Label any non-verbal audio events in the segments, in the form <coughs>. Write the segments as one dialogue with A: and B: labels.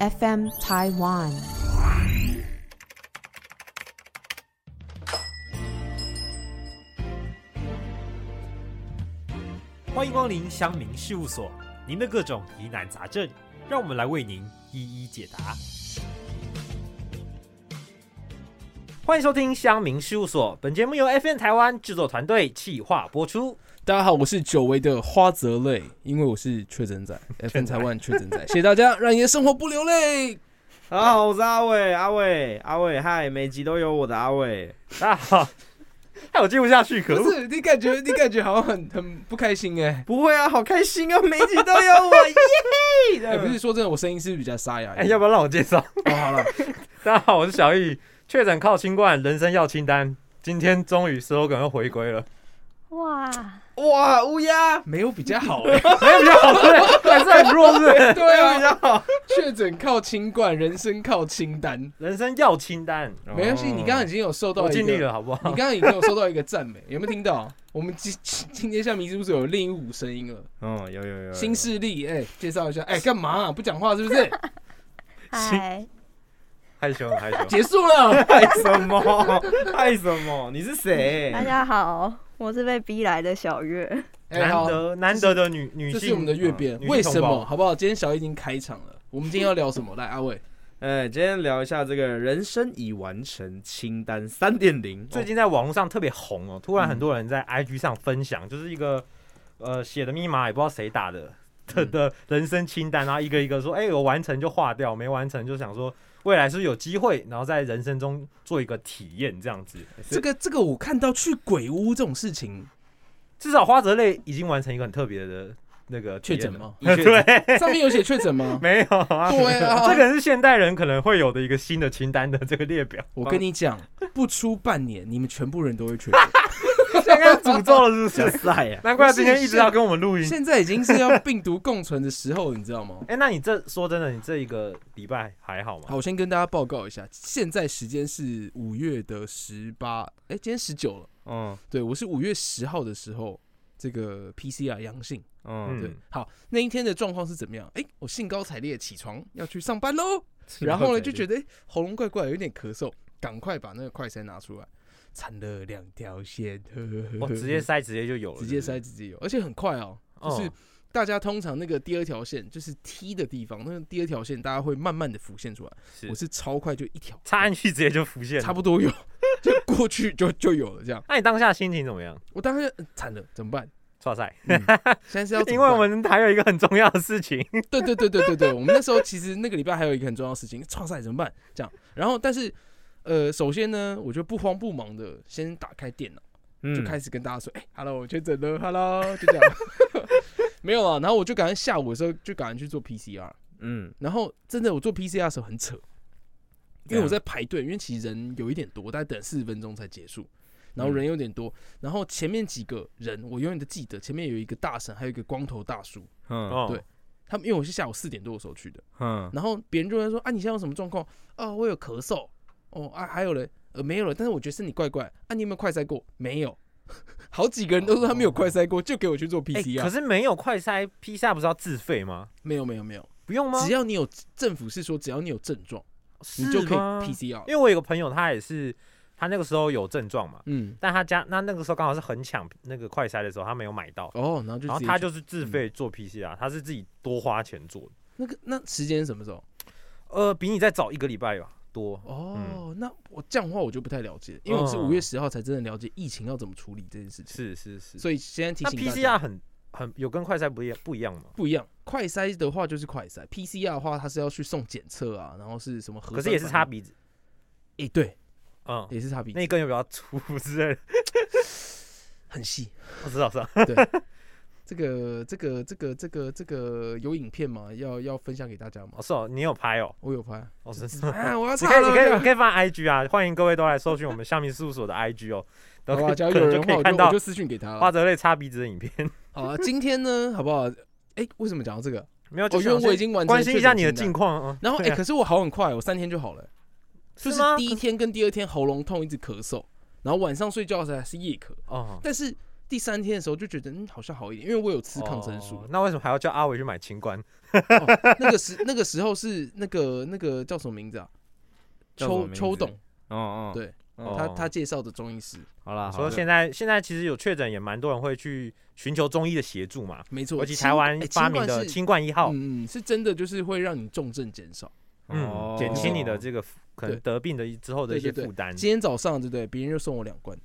A: FM Taiwan。
B: 欢迎光临乡民事务所，您的各种疑难杂症，让我们来为您一一解答。欢迎收听乡民事务所，本节目由 FN 台湾制作团队企划播出。
C: 大家好，我是久违的花泽类，因为我是确诊 <laughs> 仔，FN 台湾确诊仔，谢谢大家，让你的生活不流泪。
D: 大家好，我是阿伟，阿伟，阿伟，嗨，每集都有我的阿伟。
B: 大家好，害我接不下去，可
C: 不
B: 恶！
C: 是你感觉，你感觉好像很很不开心哎、
D: 不会啊，好开心啊，每集都有我，耶！这
C: 哎、
D: 样
C: 不是说真的，我声音是不是比较沙哑一
B: 哎，
C: 点？
B: 要不要让我介绍？
C: 哦，好了，
B: <laughs> 大家好，我是小易，确诊靠新冠，人生要清单。今天终于 slogan 又回
C: <laughs>
B: 归了，
E: 哇，
D: 哇，乌鸦，
C: 没有比较好 <laughs>
B: 没
C: 哎、
B: 有比较好，对不对，还是很弱，是不是？
C: 对
D: 比
C: 啊，
D: 较好。
C: 确诊靠清冠，人生靠清单。
B: 人生要清单，
C: 没关系，你刚刚已经有受到
B: 我
C: 一
B: 尽
C: 个
B: 力了，好不
C: 你
B: 好？
C: 刚刚已经有收到一个赞美，有没有听到？我们今今今天下面是不是有另一股声音了？
D: 嗯，有有有有
C: 新势力，哎、介绍一下，哎、干嘛啊、不讲话是不是？
E: 嗨，
B: 害羞了，害羞了。
C: 结束了，
D: <laughs> 害什么？害什么？你是谁？
E: 大家好，我是被逼来的小月。
C: <laughs> 哎、
B: 难
C: 好，
B: 得难得的女女
C: 这
B: 性，
C: 是我们的月变，
B: 嗯
C: 为什？
B: 女性同
C: 么？
B: 胞
C: 好不好？今天小已经开场了，我们今天要聊什么？来，阿
B: <laughs>
C: 伟，
D: 哎，今天聊一下这个人生已完成清单三点零。
B: 最近在网络上特别红哦，突然很多人在 IG 上分
C: 嗯
B: 享，就是一个呃写的密码也不知道谁打的
C: 嗯
B: 的的人生清单，然后一个一个说，哎，我完成就划掉，没完成就想说未来是不是有机会，然后在人生中做一个体验这样子。
C: 这个这个我看到去鬼屋这种事情，
B: 至少花泽类已经完成一个很特别的那个体
C: 确
B: 验
C: 诊
B: 了？
C: 吗？
B: <laughs> 对，
C: 上面有写确诊吗？
B: <laughs> 没有啊。
C: 对啊，
B: 这个是现代人可能会有的一个新的清单的这个列
C: <laughs>
B: 表，
C: 我跟你讲，不出半年，你们全部人都
B: <laughs>
C: 会确诊。
B: 刚刚诅咒了是
D: 假
B: 不是？
D: 赛啊，
B: 难怪今天一直要跟我们录音。
C: 现在已经是要病毒共存的时候，你知道吗？
B: 哎、那你这说真的，你这一个礼拜还好吗？
C: 好，我先跟大家报告一下，现在时间是五月的十八，哎，今天十九了。
D: 嗯
C: 对，我是五月十号的时候，这个 PCR 阳性。
D: 嗯，
C: 对
B: 嗯，
C: 好，那一天的状况是怎么样？哎、我兴高采烈起床要去上班喽，
B: <laughs>
C: 然后呢就觉
D: 得
C: 得、诶喉咙怪怪，有点咳嗽，赶快把那个快筛拿出来，缠了两条线，呵呵呵
B: 我哦直接塞，直接就有了，
C: 直接
B: 是
C: 塞直接有，而且很快哦，
B: 不，
C: 就是是大家通常那个第二条线就是 T 的地方，那个第二条线大家会慢慢的浮现出来，
B: 是
C: 我是超快就一条，
B: 插进去直接就浮现了
C: 差不多有， <laughs> 就过去就就有了这样，
B: 那你当下心情怎么样？
C: 我当时就呃惨、了，怎么办？
B: 哇塞，
C: 嗯现在是要怎么
B: 因为我
C: 办嗯
B: 们还有一个很重要的事情，
C: 对对对对对对，我们那时候其实那个礼拜还有一个很重要的事情，创赛怎么办？这样，然后但是呃，首先呢，我就不慌不忙的先打开电脑，
D: 嗯
C: 就开始跟大家说，哎、h e l l o 我确诊了，Hello，就这样， <laughs> 没有啊。然后我就赶快下午的时候就赶快去做 PCR，
D: 嗯
C: 然后真的我做 PCR 的时候很扯，因为我在排队，因为其实人有一点多，大概等四十分钟才结束。然后人有点多，然后前面几个人我永远都记得，前面有一个大神，还有一个光头大叔，
D: 嗯
B: 哦
C: 对他们因为我是下午四点多的时候去的，
D: 嗯，
C: 然后别人就会说啊，你现在有什么状况？哦，我有咳嗽。哦啊，还有嘞，呃，没有了。但是我觉得身体怪怪。啊，你有没有快筛过？没有。 <laughs> 好几个人都说他没有快筛过，就给我去做
B: 哎、
C: PCR、
B: 可是没有快筛披萨不是要自费吗？
C: 没有没有没有，
B: 不用吗？
C: 只要你有政府是说只要你有症状，
B: 是
C: 你就可以
B: 吗
C: PCR
B: 因。为我有个朋友，他也是，他那个时候有症状嘛，
C: 嗯，
B: 但他家那那个时候刚好是很抢那个快筛的时候，他没有买到，
C: 哦，然后就
B: 然后
C: 直接
B: 他
C: 去
B: 就是自费做 PCR，、他是自己多花钱做的，
C: 那个那时间是什么时候？
B: 呃，比你再早一个礼拜吧多。
C: 哦，那我这样的话我就不太了解，因为我是
B: 嗯
C: 五月十号才真的了解疫情要怎么处理这件事情，
B: 是是是，
C: 所以现在提
B: 那
C: 醒
B: PCR
C: 大家
B: 很很有跟快筛不一样不一样吗？
C: 不一样。快筛的话就是快筛，PCR 的话它是要去送检测啊，然后是什么核酸反应？
B: 可是也是擦鼻子，
C: 诶、对，
B: 嗯，
C: 也是擦鼻子
B: 那，一根有比较粗之类的， <laughs>
C: 很细。
B: 我知道是吧？
C: 这个这个这个这个这个有影片吗？要要分享给大家吗？
B: 哦，是哦，你有拍哦，
C: 我有拍。
B: 哦，真是。
C: 啊，我要
B: <laughs> 你可
C: 擦
B: 以，
C: 了。
B: 你可以，
C: 这
B: 你
C: 样
B: 可以放 IG 啊！欢迎各位都来搜寻我们下面事务所的 IG 哦，然
C: 好
B: 后
C: 吧，
B: 可
C: 假如
B: 可
C: 有
B: 能
C: 人
B: 就
C: 的
B: 可以
C: 话，我就
B: 看
C: 我
B: 到
C: 就私讯给他
B: 花
C: 了。
B: 泽类擦鼻子的影片。
C: 好啊，今天呢，好不好？诶，为什么讲到这个？
B: 没有，
C: 哦，
B: 就
C: 因
B: 是
C: 为我已经完成
B: 关心一下
C: 确诊
B: 你的
C: 清单
B: 近况啊。
C: 然后
B: 对
C: 诶，
B: 啊
C: 可是我好很快，我三天就好了，就是
B: 吗
C: 第一天跟第二天喉咙痛，一直咳嗽，然后晚上睡觉的时候还是夜咳，
B: 哦，
C: 但是第三天的时候就觉得嗯好像好一点，因为我有吃抗生素
B: 哦哦。那为什么还要叫阿伟去买清关？
C: 哦那个时 <laughs> 那个时候是那个那个叫什么名字啊？
D: 叫什
C: 邱
D: 么名字
C: 邱董，
D: 哦哦，
C: 对
D: 哦
C: 他他介绍的中医师，
D: 好啦，好
B: 说
D: 啦，
B: 现在现在其实有确诊，也蛮多人会去寻求中医的协助嘛。
C: 没错，
B: 尤其
C: 新
B: 台湾
C: 哎
B: 发明
C: 新
B: 的
C: 冠是
B: 清冠一号，
C: 嗯，嗯是真的就是会让你重症减少。
D: 哦
B: 嗯，减轻你的
D: 个
B: 这个可能
C: 哦对
B: 得病的之后的一些
C: 对对对
B: 负担。
C: 今天早上对不对？别人就送我两罐，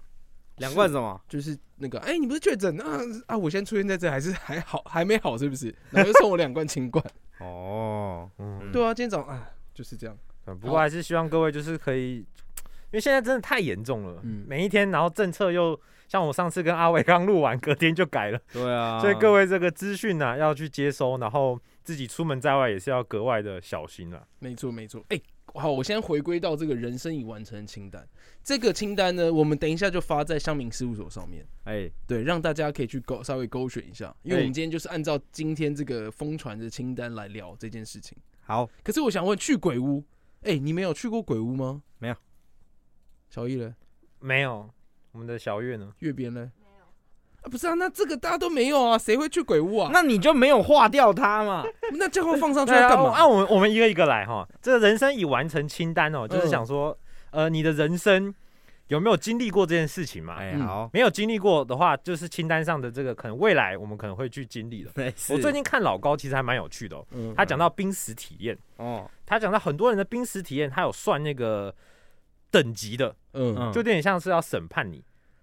D: 两罐什么？
C: 就是那个，哎、你不是确诊啊啊！我现在出现在这还是还好，还没好是不是？然后又送我两罐清冠。
D: 哦，
B: 嗯，
C: 对啊，今天早上啊，就是这样。
B: 嗯不过还是希望各位就是可以，因为现在真的太严重了，
C: 嗯
B: 每一天，然后政策又像我上次跟阿伟刚录完，隔天就改了，
D: 对啊，
B: 所以各位这个资讯呢要去接收，然后自己出门在外也是要格外的小心啊了。
C: 没错，没错。哎、好，我先回归到这个人生已完成的清单。这个清单呢，我们等一下就发在乡民事务所上面，
D: 哎，
C: 对，让大家可以去勾稍微勾选一下，因为
D: 哎
C: 我们今天就是按照今天这个疯传的清单来聊这件事情。
D: 好，
C: 可是我想问，去鬼屋，哎、你们有去过鬼屋吗？
D: 没有。
C: 小易呢？
B: 没有，我们的小月呢？
C: 月边呢？啊，不是啊，那这个大家都没有啊，谁会去鬼屋啊？
D: 那你就没有化掉它
B: <laughs>
D: 嘛？
C: 那那这会放上去
B: 对
C: 要
B: 啊，
C: 干
B: 哦
C: 嘛？
B: 啊，我们我们一个一个来哈。这个人生已完成清单哦，就是
C: 嗯
B: 想说，呃，你的人生有没有经历过这件事情嘛？
D: 哎，
C: 嗯
D: 好，
B: 没有经历过的话，就是清单上的这个，可能未来我们可能会去经历的。
D: 我
B: 我最近看老高，其实还蛮有趣的、哦。
C: 嗯
B: 他讲到濒死体验，
D: 哦，
B: 他讲到很多人的濒死体验，他有算那个等级的，
C: 嗯
B: 就有点像是要审判你。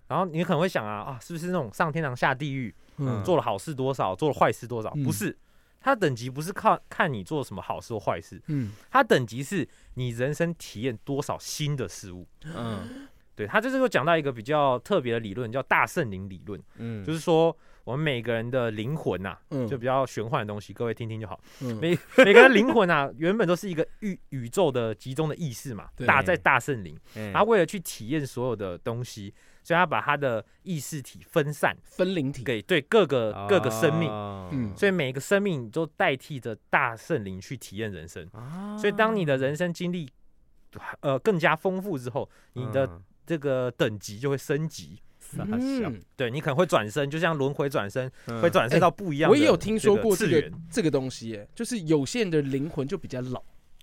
B: 然后你可能会想啊啊，是不是那种上天堂下地狱，
C: 嗯
B: 做了好事多少，做了坏事多少？
C: 嗯
B: 不是，他的等级不是靠看你做什么好事或坏事，
C: 嗯
B: 他等级是你人生体验多少新的事物。
D: 嗯
B: 对他这次又讲到一个比较特别的理论，叫大圣灵理论。
D: 嗯，
B: 就是是说我们每个人的灵魂呐、
C: 嗯
B: 就比较玄幻的东西，各位听听就
C: <laughs>
B: 好。
C: 嗯
B: 每每个人灵魂啊，原本都是一个宇宇宙的集中的意识嘛，
C: 对嗯
B: 大在大圣灵，他
D: 哎
B: 为了去体验所有的东西，所以他把他的意识体分散
C: 分灵体，
B: 给对各个、
C: 啊
B: 各个生命，
D: 命
C: 嗯
B: 所以每个生命都代替着大圣灵去体验人生。
D: 以
B: 所以当你的
C: 哦
B: 人生经历呃更加丰富之后，你的这个等级就会升级。
C: 嗯，哎
B: 对你可能会转身，就像轮回转身，会
D: 嗯会
B: 转身到不一样的、
C: 我也有听说过这
B: 次
C: 个
B: 元，
C: 这个东西耶，就是有些人的灵魂就比较老，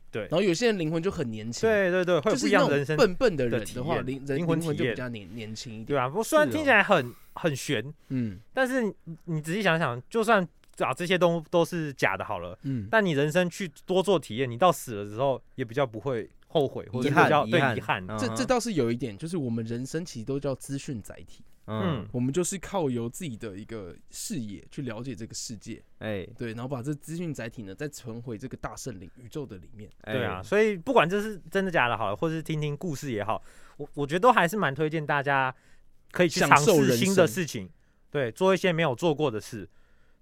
B: 对
C: 然后有些人灵魂就很年轻，，
B: 对对对，会有不
C: 就是
B: 一
C: 那
B: 样
C: 种
B: 的人生，
C: 笨笨的人
B: 的体
C: 的话，
B: 验
C: 灵
B: 灵
C: 人灵
B: 魂
C: 魂
B: 体
C: 就比
B: 验
C: 较年年轻一
B: 对
C: 点，
B: 吧、不，虽然
D: 是
B: 听
D: 哦
B: 起来很很悬，
C: 嗯
B: 但是你你仔细想想，就算啊这些东都是假的好了，
C: 嗯，
B: 但你人生去多做体验，你到死了之后也比较不会后悔，或者
D: 遗
B: 是比
D: 憾
B: 较对遗
D: 遗
B: 憾。嗯
C: 这这倒是有一点，就是我们人生其实都叫资讯载体，
B: 嗯
D: 嗯，
C: 我们就是靠由自己的一个视野去了解这个世界，
D: 哎
C: 对，然后把这资讯载体呢再存回这个大圣灵宇宙的里面。
D: 哎
B: 对啊，所以不管这是真的假的好了，或是听听故事也好，我我觉得都还是蛮推荐大家可以去
C: 享
B: 尝
C: 受
B: 试
C: 人
B: 新的
C: 生
B: 事情，对，做一些没有做过的事。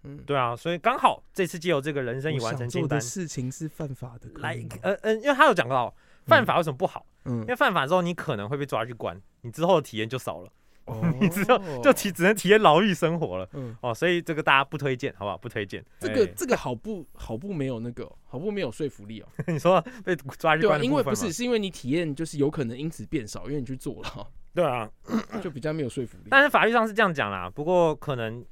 C: 嗯，
B: 对啊，所以刚好这次借由这个人生已
C: 我
B: 完
C: 想
B: 成
C: 做
B: 清
C: 的
B: 单，
C: 事情是犯法的，可以
B: 来
C: 吗，
B: 呃嗯，因为他有讲到犯法为什么不好，
C: 嗯
B: 因为犯法之后你可能会被抓去关，你之后的体验就少了，
C: 哦，
B: <laughs> 你知道就体只能体验牢狱生活了。
C: 嗯，
B: 哦，所以这个大家不推荐，好不好？不推荐。
C: 这个
D: 哎
C: 这个好不好不没有那个哦好不没有说服力哦，
B: 哎你说被抓去
C: 对啊，
B: 关的部分吗，
C: 因为不是是因为你体验就是有可能因此变少，因为你去做了，
B: 对啊，
C: 就比较没有说服力。
B: 但是法律上是这样讲啦。不过可能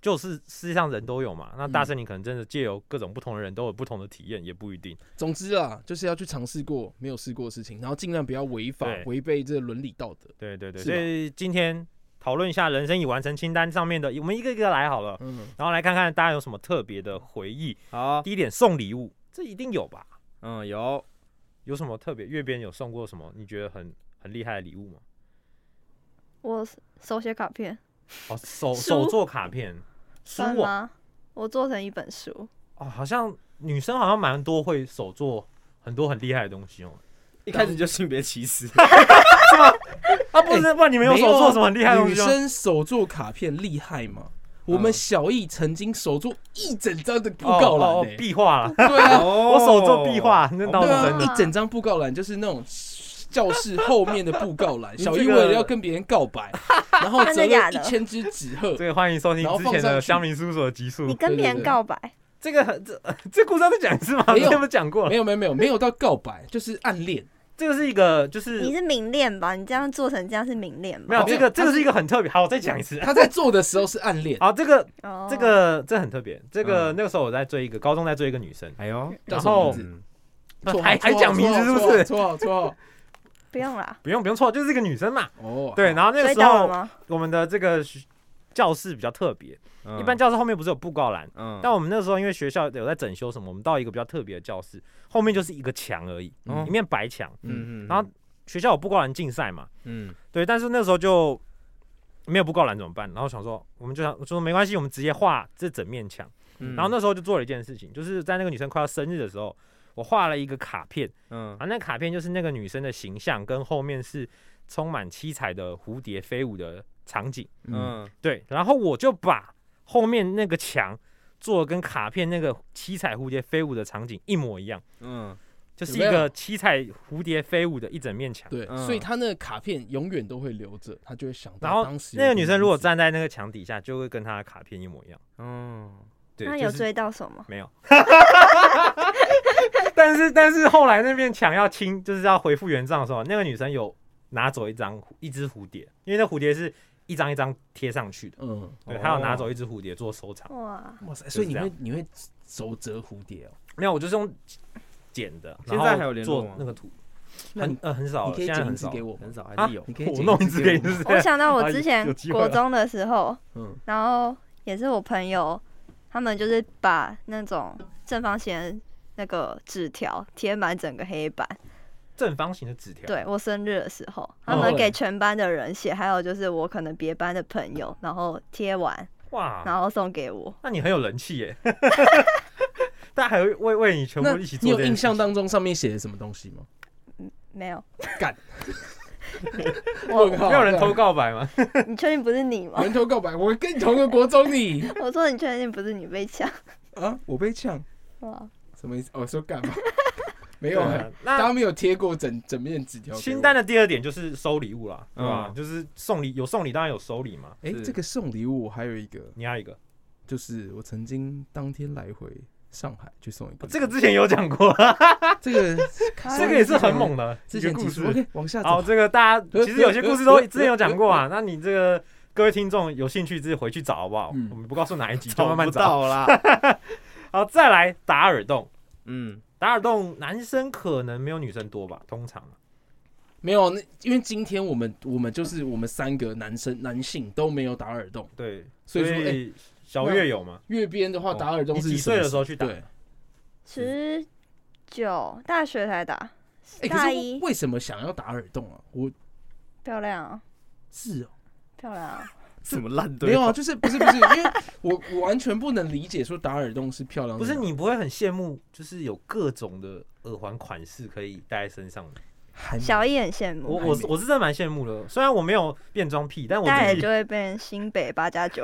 B: 就是世界上人都有嘛，那大
C: 嗯
B: 圣你可能真的借由各种不同的人都有不同的体验，也不一定。
C: 总之啊，就是要去尝试过没有试过的事情，然后尽量不要违法
B: 对
C: 违背这个伦理道德。
B: 对对对，
C: 是
B: 所
C: 吧
B: 以今天讨论一下人生已完成清单上面的，我们一个一个来好了，
C: 嗯，
B: 然后来看看大家有什么特别的回忆。
D: 好，
B: 第一点送礼物，这一定有吧？
D: 嗯，有
B: 有什么特别？月边有送过什么你觉得很很厉害的礼物吗？
E: 我手写卡片
B: 哦，手
E: 书
B: 手作卡片书
E: 算
B: 哦，
E: 吗？我做成一本书，
B: 哦，好像女生好像蛮多会手做很多很厉害的东西哦。
D: 一开始就性别歧 <laughs> 视，
B: 啊，不是，不然你们有手做什么很厉害的东
C: 女
B: 西吗？嗯
C: 生手做卡片厉害吗？我们小易曾经手做一整张的布
B: 哦
C: 告
B: 哦
C: 栏
B: 哦
C: 呢、
B: 壁画 <laughs> 啦，
C: 对啊，
D: 我
B: 我手做壁，画，那倒
C: 对
B: 是
C: 啊
D: 哦
B: 真，的。
C: 一整张布告栏就是那种教室后面的布告
B: <laughs>
C: 栏，
B: 你
C: 小
B: 这
C: 易
B: 个
C: 为了要跟别人告
E: <laughs>
C: 白，然后折
E: 真的假
C: 了
E: 的
C: 一千只纸鹤
B: 这。个欢迎收听
C: 然后
B: 之
C: 放
B: 前
C: 上
B: 的
C: 去
B: 乡民事务所的集数
E: 你。跟
C: 对
E: 别
C: 对
E: 人
C: 对
E: 告白，
B: 这个很这这故事要再讲一次吗？
C: 没有
B: 这不讲过了
C: 没。有没有没有没有到告白，就是暗恋，
B: 这个是一个就是
E: 你是明恋吧？你这样做成这样是明恋吧？
B: 没有这个这
C: 他是
B: 个是一个很特别。好，我再讲一 <laughs> 次。
C: 他在做的时候是暗恋，
B: 好，这个
E: 哦
B: 这个这很特别。这个
D: 嗯
B: 那个时候我在追一个高中在追一个女生，
D: 哎呦，
C: 叫
B: 然
C: 什么
B: 后
C: 名字
D: 嗯
C: 绰号
B: <laughs> 还还讲名字是不是？
C: 绰号绰号绰号
E: 不用啦，
B: 不用不用错，就是一个女生嘛。
C: 哦，
B: 对，然后那
E: 追
B: 个时
E: 到了
B: 候
E: 吗？
B: 我们的这个学教室比较特别，
D: 嗯
B: 一般教室后面不是有布告栏？
D: 嗯
B: 但我们那时候因为学校有在整修什么，我们到一个比较特别的教室，后面就是一个墙而已，
D: 哦
B: 一面白墙。
D: 嗯嗯，
B: 然后学校有布告栏竞赛嘛，
D: 嗯
B: 对，但是那时候就没有布告栏怎么办？然后想说，我们就想我说没关系，我们直接画这整面墙。
D: 嗯，
B: 然后那时候就做了一件事情，就是在那个女生快要生日的时候，我画了一个卡片，
D: 嗯
B: 然后那卡片就是那个女生的形象跟后面是充满七彩的蝴蝶飞舞的场景。
C: 嗯，
D: 嗯
B: 对，然后我就把后面那个墙做的跟卡片那个七彩蝴蝶飞舞的场景一模一样，
D: 嗯
B: 就是一
C: 有没有
B: 个七彩蝴蝶飞舞的一整面墙。
C: 对，
D: 嗯
C: 所以他那个卡片永远都会留着，他就会想
B: 然
C: 到
B: 后
C: 当时有
B: 那个女生如果
C: 名字
B: 站在那个墙底下，就会跟她的卡片一模一样。
D: 哦，
B: 对，
E: 那
B: 就
E: 有
B: 是
E: 追到什么？
B: 没有？ <laughs> 但是但是后来那面墙要清，就是要恢复原状的时候，那个女生有拿走一张一只蝴蝶，因为那蝴蝶是一张一张贴上去的，
C: 嗯，
B: 对，
D: 哦
B: 她有拿走一只蝴蝶做收藏。 <laughs>
E: 哇，
C: 哇塞，
B: 是
C: 所以你
B: 这样
C: 会你会手折蝴蝶哦，
B: 没有，我就是用剪的，
D: 现在
B: 然后
D: 还有联络
B: 做
D: 吗
B: 那个图，
C: 那
B: 很
C: 你
B: 呃很少
C: 你
B: 了，
C: 可以
B: 现在
C: 剪一
B: 很
C: 只
B: 少
C: 给我吗
D: 很？少
B: 啊
D: 还是有
C: 你，可以
B: 我
C: 剪
B: 弄
C: 一
B: 一
C: 只
B: 只
C: 给
B: 给
C: 我
B: 你，
C: 吗
B: 是不
E: 我
B: 是？
E: 想到我
B: 啊
E: 之前
B: 有机会啊
E: 国中的时候，
C: 嗯，
E: 然后也是我朋友，他们就是把那种正方形的那个纸条贴满整个黑板。
B: <laughs> 正方形的纸条，
E: 对我生日的时候，他
C: 然
B: 哦
C: 后
E: 们给
C: 嘞
E: 全班的人写，还有就是我可能别班的朋友，然后贴完，
B: 哇，
E: 然后送给我。
B: 那你很有人气耶！ <laughs> 大家还会为为你全
C: 那
B: 部一起
C: 你
B: 做
C: 有
B: 这
C: 印
B: 件事
C: 象当中上面写的什么东西吗？
E: 没有，
C: 干，
E: 我
C: 问
B: 没
C: 号
B: 有人投告白吗？
E: 你确定不是你吗
C: 有？人偷告白，我跟你同个国中你
E: <laughs> 我说你确定不是你被抢？
C: <laughs> 啊，我被呛，
E: <laughs> 哇，
C: 什么意思？哦，说干 <laughs> 嘛？没有啊，
B: 那
C: 大家没有贴过整整面纸条。
B: 清单，的第二点就是收礼物啦，对吧？
D: 嗯
B: 就是送礼，有送礼当然有收礼嘛。
C: 哎，
D: 是
C: 这个送礼物我还有一个，
B: 你还有一个，
C: 就是我曾经当天来回上海去送一个礼物，
B: 哦这个之前有讲过，
C: <laughs> 这个
B: <laughs> 这个也是很猛的
C: 啊之
B: 一
C: 前
B: 个
C: 几
B: 故
C: 集
B: 事。
C: OK，往 <laughs> 下
B: 好，
C: 走。
B: 这个大家
C: 呃
B: 其实有些故事都之前有讲过啊。那你这个各位听众有兴趣自己回去找好不好
C: 嗯？
B: 我们不告诉哪一
C: <laughs>
B: 集，就
D: 找
B: 慢慢
D: 不
B: 找。<laughs>
D: 到啦，
B: 好，再来打耳洞。
D: 嗯
B: 打耳洞，男生可能没有女生多吧，通常啊
C: 没有，那因为今天我们我们就是我们三个男生男性都没有打耳洞，
B: 对。
C: 所以说哎
B: 以小月有吗？
C: 月边的话
B: 哦
C: 打耳洞
B: 你
C: 是
B: 几
C: 什么
B: 岁的时候去打？
C: 对，
E: 十九大学才打，
C: 哎，可
E: 大
C: 是
E: 一
C: 为什么想要打耳洞啊？我
E: 漂亮啊，
C: 是哦，
E: 漂亮啊，
D: 什么烂
C: 没
D: 对
C: 有
D: 话
C: 啊，就是不是不是，因为我 <laughs> 我完全不能理解说打耳洞是漂亮
B: 不
C: 的，
B: 是你不会很羡慕，就是有各种的耳环款式可以戴在身上吗？
C: 还没
E: <laughs> 小一很羡慕啊
B: 我
C: 还
B: 我
C: 没
B: 是我是真的蛮羡慕的，虽然我没有变装癖，但我
E: 大
B: 自
E: 也
B: 己
E: 就，会变成新北八加九，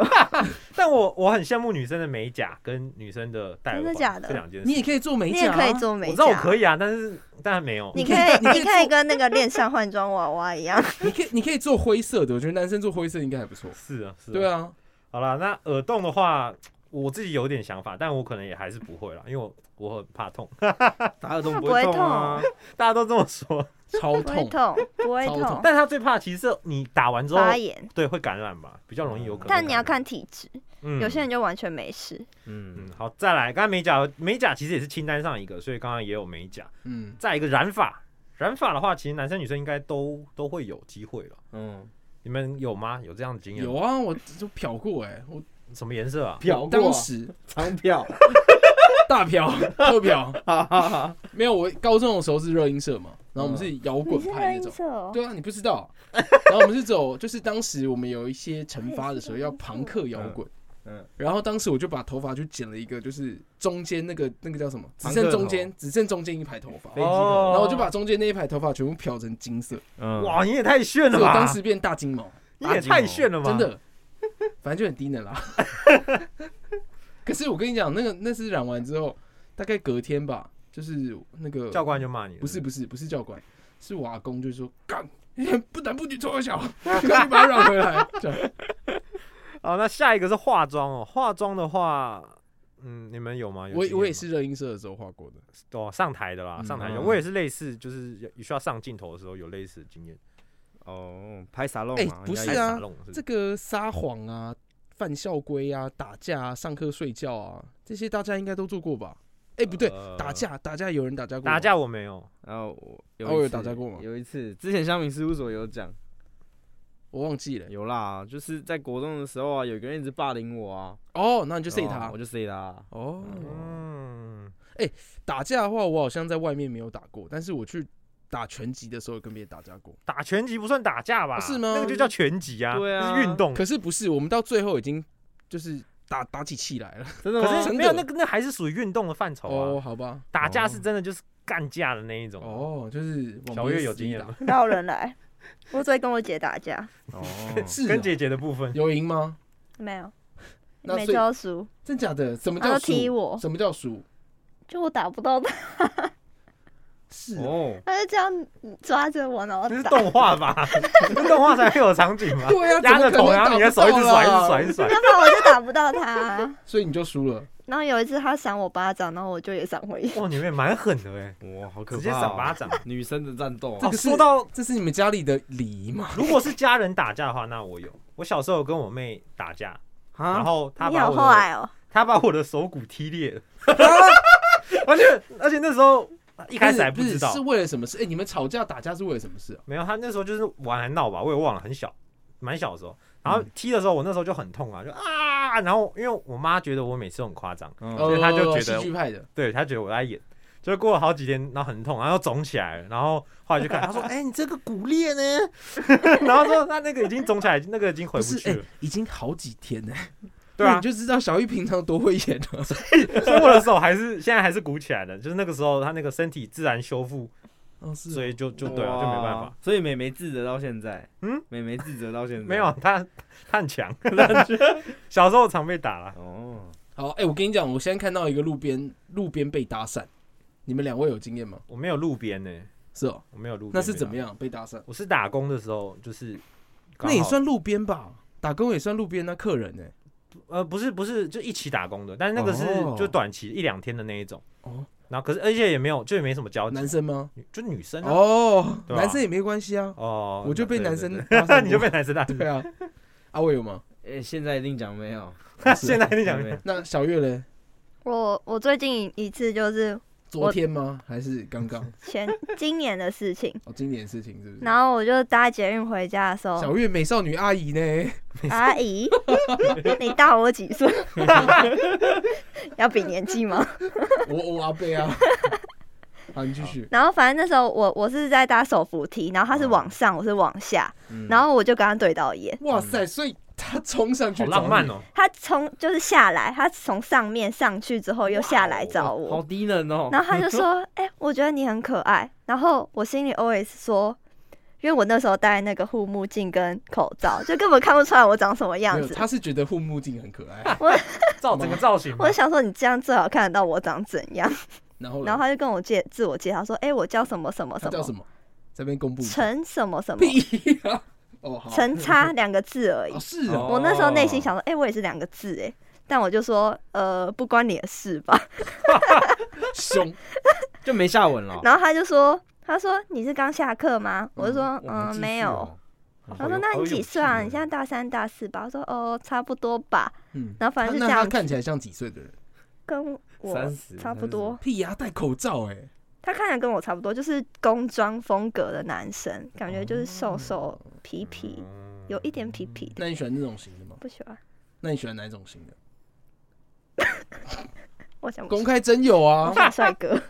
B: 但我我很羡慕女生的美甲跟女生的戴耳环
E: 真的假的
B: 这两件事，
C: 你也可以做美
E: <laughs> 你
C: 甲
E: 也
C: 啊，
E: 可以做美
B: 我
E: 甲，
B: 知道我可以啊，但是但没有，
E: 你
C: 可
E: 可
C: 以
E: 以，
C: 你可以
E: 你可以
C: 做
E: 跟那个恋上换装娃娃一
B: <laughs>
E: 样。
C: 你可以你可以做灰色的，我觉得男生做灰色应该还不错。
B: 是啊是啊，
C: 对啊，
B: 好了，那耳洞的话，我自己有点想法，但我可能也还是不会啦，因为我我很怕痛，
D: 打耳洞
E: 它
D: 不
E: 不会
D: 痛啊，
B: 大家都这么说，
C: 超
E: 不会
C: 痛，
E: 痛，不会
C: 超痛
E: 痛，
B: 但他最怕其实是你打完之后，
E: 哦发炎。
B: 对会感染吧，比较容易有可能，
E: 但你要，看体质，
B: 嗯
E: 有些人就完全没事。
D: 嗯
B: 嗯，好，再来，刚才美甲，美甲其实也是清单上一个，所以刚刚也有美甲。
C: 嗯，
B: 再一个染发，染发的话，其实男生女生应该都都会有机会了。
D: 嗯，
B: 你们有吗？有这样的经验？
C: 有啊，我就漂过哎，我
B: 什么颜色啊？
D: 漂过
C: 当时
D: 长漂，
C: 大漂特漂，
D: 哈哈哈
C: 没有，我高中的时候是热音社嘛，然后我们是摇滚派那种，
E: 色哦
C: 对啊，你不知道，然后我们是走，就是当时我们有一些惩罚的时候要朋克摇滚，
D: 嗯嗯
C: 然后当时我就把头发就剪了一个，就是中间那个那个叫什么，只
D: 朋克
C: 剩中间只剩中间一排头发，
B: 哦
D: 飞机头
C: 哦然后我就把中间那一排头发全部漂成金色，
D: 嗯，
B: 哇，你也太炫
C: 所
B: 了
C: 以我
B: 吧！
C: 当时变大金毛，
B: 你也太炫了吧！
C: 真，的，反正就很低能啦。
B: <laughs>
C: 可是我跟你讲，那个那次染完之后，大概隔天吧，就是那个
B: 教官就骂你了。
C: 不是不是不是教官，是我阿公就说干，不男不女臭小，赶紧把他染回来。这样
B: 哦，那下一个是化妆哦。化妆的话，嗯，你们有 <laughs> 吗？有
C: 我
B: 经验
C: 我也
B: 吗
C: 是热音社的时候画过的，
B: 哦，上台的啦，
C: 嗯
B: 上台的，
D: 嗯
B: 我也是类似，就是需要上镜头的时候有类似的经验。
D: 哦，拍沙龙
C: 哎
D: 嘛，
C: 不
D: 人
C: 是
D: 家
C: 啊
D: 也
B: 拍傻弄是
C: 这个撒谎啊、犯校规啊、打架啊、上课睡觉啊，这些大家应该都做过吧？哎、不对，
D: 呃
C: 打架打架有人打架过吗，
B: 打架我没
C: 哦
B: 有，
D: 然后我
C: 啊我
D: 有
C: 有
D: 一次
C: 打架过吗
D: 有一次，之前乡民事务所有讲，
C: 我忘记了。
D: 有啦，就是在国中的时候啊，有个人一直霸凌我啊，
C: 哦，那你就 say
D: 哦
C: 他
D: 我。就 say 他。
C: 哦，
B: 嗯，
C: 打架的话，我好像在外面没有打过，但是我去打拳击的时候有跟别人打架过。
B: 打拳击不算打架吧？
C: 啊是吗
B: 那个就叫拳击啊，
D: 对啊
B: 那是运动。
C: 可是不是，我们到最后已经就是打打起气来了。
D: 真的吗？
B: 可是
C: 真的
B: 没有那个，那还是属于运动的范畴啊。
C: 哦，好吧，
B: 打架是真的就是干架的那一种。
C: 哦，就是往
B: 小
C: 别
B: 月
C: 人
B: 有
C: 死
B: 经
C: 里
B: 验
C: 打
B: <laughs> 吗？
E: 哪有人来？我只会跟我姐打架，
D: 哦，
C: 是
B: 跟
C: 哦
B: 姐姐的部
C: <laughs>
B: 分，
C: 有赢吗？
E: 没有，
C: 那
E: 每
C: 所以
E: 周输，
C: 真假的？什么
E: 她
C: 叫
E: 都踢
C: 输？
E: 我，
C: 什么叫输？
E: 就我打不到她，
C: 是 <laughs> 哦
D: 哦，
E: 她就这样抓着我，然后
B: 那是
E: 打。
B: 动画吧？
C: <laughs>
B: 那是动画才会有场景吧？
C: 对啊，
B: 压着
C: 怎么
B: 头，
C: 可能
B: 然后你的
C: 打
B: 手
C: 不
B: 一直
C: 到
B: 甩，一
C: 啦
B: 直甩，一直甩。
E: 要不然我就打不到她。
C: 所以你就输了。
E: 然后有一次她赏我巴掌，然后我就也赏回去。
B: 哇，你们也蛮狠的哎，
D: 哇，好可怕、啊
B: 直接赏巴掌。
D: 女生的战斗、啊
B: 哦，
C: 个是
B: 说到
C: <laughs> 这是你们家里的礼仪吗？
B: 如果是家人打架的话，那我有。我小时候有跟我妹打架，然
D: 啊，
B: 后她
E: 你
B: 把
E: 好
B: 我的
E: 坏哦！
B: 她把我的手骨踢裂了，
C: 啊
B: <laughs> 而且而且那时候一开始还
C: 不
B: 不
C: 是
B: 知道
C: 是，为了什么事？哎，你们吵架打架是为了什么事啊？
B: 没有她那时候就是玩还闹吧，我也忘了，很小，蛮小的时候。然后
C: 嗯
B: 踢的时候，我那时候就很痛啊，就啊，然后因为我妈觉得我每次都很夸张，
D: 嗯
B: 所以他就
C: 哦
B: 觉得
C: 戏剧派的，
B: 对她觉得我在演。就过了好几天，然后很痛，然后又肿起来了，然后后来就看，她说：“哎、你这个骨裂呢？” <laughs> 然后说：“那那个已经肿起来，那个已经回
C: 不
B: 不
C: 是
B: 去了。
C: 哎，已经好几天了。
B: 对啊
C: 那你，就知道小玉平常多会演了。
B: 所以我的手还是现在还是鼓起来的，就是那个时候他那个身体自然修复，
C: 哦，是
B: 所以就就对了，
D: 哇
B: 就没办法。。
D: 所以美眉自责到现在，
B: 嗯
D: 嗯，美眉自责到现在，
B: 没有啊他，他很
C: <laughs>
B: 强，他很强小时候常被打了。
D: 哦，
C: 好，哎、我跟你讲，我现在看到一个路边路边被搭讪，你们两位有经验吗？
B: 我没有路边呢、
C: 是哦，
B: 我没有路边。
C: 那是怎么？样被搭讪？
B: 我是打工的时候，就是刚
C: 那
B: 好
C: 也算路边吧，打工也算路边那客人呢、
B: 呃，不是不是，就一起打工的，但是那个是
C: 哦
B: 就短期一两天的那一种。
C: 哦，
B: 然后可是而且也没有，就也没什么交集
C: 男，生吗？
B: 女就女生啊
C: 哦，
B: 对啊
C: 男生也没关系啊，
B: 哦，
C: 我就被
B: 对
C: 男生，
B: 对
C: 搭
B: 对
C: 讪
B: <laughs> 你就
C: 过
B: 被男
C: <laughs>
B: 生打。
C: 对啊，阿伟有吗？
D: 哎、现在一定讲没有，
C: 啊
B: 现在你讲
D: 没有，
C: 那小月嘞？
E: 我我最近一次就是
C: 昨天吗？还是刚刚？
E: 前 <laughs> 今年的事情，
C: 哦，经典事情是不是？
E: 然后我就搭捷运回家的时候，
C: 小月美少女阿姨呢？ <laughs>
E: 阿姨， <laughs> 你大我几岁？ <laughs> 要比年纪吗？
C: 我我阿贝啊。 <laughs> 好，你继续。
E: 然后反正那时候我我是在搭手扶梯，然后
C: 哦
E: 他是往上，我是往下，
D: 嗯
E: 然后我就跟他对到眼。
C: 哇塞，所以他冲上去
B: 好浪漫
C: 哦。
B: 哦，
E: 他从就是下来，他从上面上去之后又下来找
D: 哦好
E: 我，
D: 低能哦，
E: 然后他就说：“哎、我觉得你很可爱。”然后我心里 always 说，因为我那时候戴那个护目镜跟口
C: <laughs>
E: 罩，就根本看不出来我长什么
C: 没
E: 样
C: 有，
E: 子。
C: 他是觉得护目镜很可爱。
B: 造整个造型嘛
E: <laughs> 我就想说，你这样最好看得到我长怎样。
C: 然后嘞，
E: 然后他就跟我介自我介绍说：“哎、我叫什么什么
C: 他
E: 什
C: 叫
E: 么
C: 什，么？在那边公布一下。
E: 陈什么什么，
C: 屁啊！哦，好，
E: 陈差两个字而已
C: 哦，。是
D: 哦
C: 啊，
E: 我那时候内心想说，哎、我也是两个字哎、但我就说，呃，不关你的事吧。
C: 凶，
D: 就没下文了。
E: 然后他就说，他说你是刚下课吗？我就说，
D: 哇
E: 嗯，没有。，
D: 哦
B: 嗯
D: 好
E: 他说那你几岁啊？你
B: 哦
E: 现在大三大四吧？我说哦，差不多吧。
C: 嗯，
E: 然后反正就
C: 那
E: 这
C: 他
E: 样，
C: 看起来像几岁的人？
E: 跟我
D: 30
E: 差不多。
C: 屁呀，戴口罩哎，
E: 他看起来跟我差不多，就是工装风格的男生，感觉就是瘦瘦皮皮，
B: 嗯
E: 有一点皮皮的，
C: 那你喜欢那种型的吗？
E: 不喜欢。
C: 那你喜欢哪一种型的？
E: 我想不
C: 公
E: 出
C: 开真有
E: 我
C: 啊，
E: 想帅哥，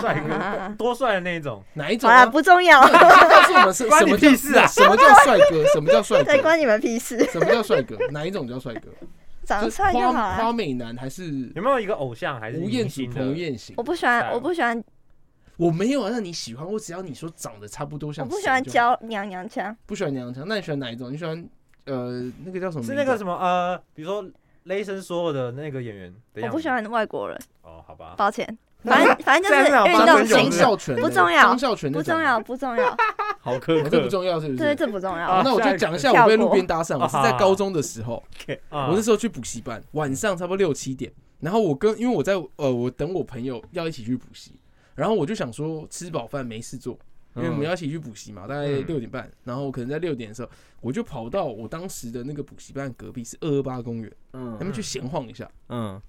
B: 帅
E: 啊
B: 哥， <laughs> 多帅的那一种。
C: 哪一种
E: 好
C: 啊？
E: 啦，不重要，
C: <laughs> 告诉我们是
B: 关
C: 什
B: 你
C: 么
B: 屁
C: 叫
B: 事啊
C: 什么叫帅哥？什么叫帅
E: 对，
C: 哥？
E: 关你们
C: <laughs>
E: 屁事。
C: 什么叫帅哥？哪一种叫帅哥？
E: 长得
C: 是
E: 啊帅就
C: 花
E: 好啦。
C: 花美男还是
B: 有没有一个偶像还是
C: 吴
B: 明
C: 彦祖、
B: 星
C: 彭
B: 的？
C: 于晏型
E: 我？不喜欢，
B: 帅
E: 我不喜欢，
C: 我没有啊，那你喜欢我？只要你说长得差不多
E: 我
C: 像谁就好，
E: 不喜欢教娘娘腔，
C: 不喜欢娘腔。那你喜欢哪一种？你喜欢呃那个叫什么名字
B: 是
C: 啊？
B: 那个什么呃，比如说雷神所有的那个演员的
E: 我
B: 样子。
E: 不喜欢外国人，
B: 哦，好吧。
E: 抱歉，
B: <laughs>
E: 反正反正就是
B: 这样子啊
E: 运
B: 张
E: 动
B: 学友
E: 型
C: 张
B: 是
E: 的，
C: 孝全
E: 不重要
C: 张孝全那
E: 不
C: 种
E: 重，要，不
B: <laughs>
E: 重要，
D: 好苛
C: 哦
D: 刻，
C: 这不重要是不
E: 对，
C: 是？
E: 这不重
C: 好
E: 要。
B: 哦
C: 那我就讲一下我被路边搭讪，
B: 跳过
C: 我是在高中的时候，
B: 啊
C: 我那时候去补习班，晚上差不多六七点，然后我跟因为我在呃我等我朋友要一起去补习，然后我就想说吃饱饭没事做，
D: 嗯
C: 因为我们要一起去补习嘛，大概
B: 嗯
C: 六点半，然后可能在六点的时候，我就跑到我当时的那个补习班隔壁是二二八公园，他
D: 嗯
C: 们去闲晃一下，
D: 嗯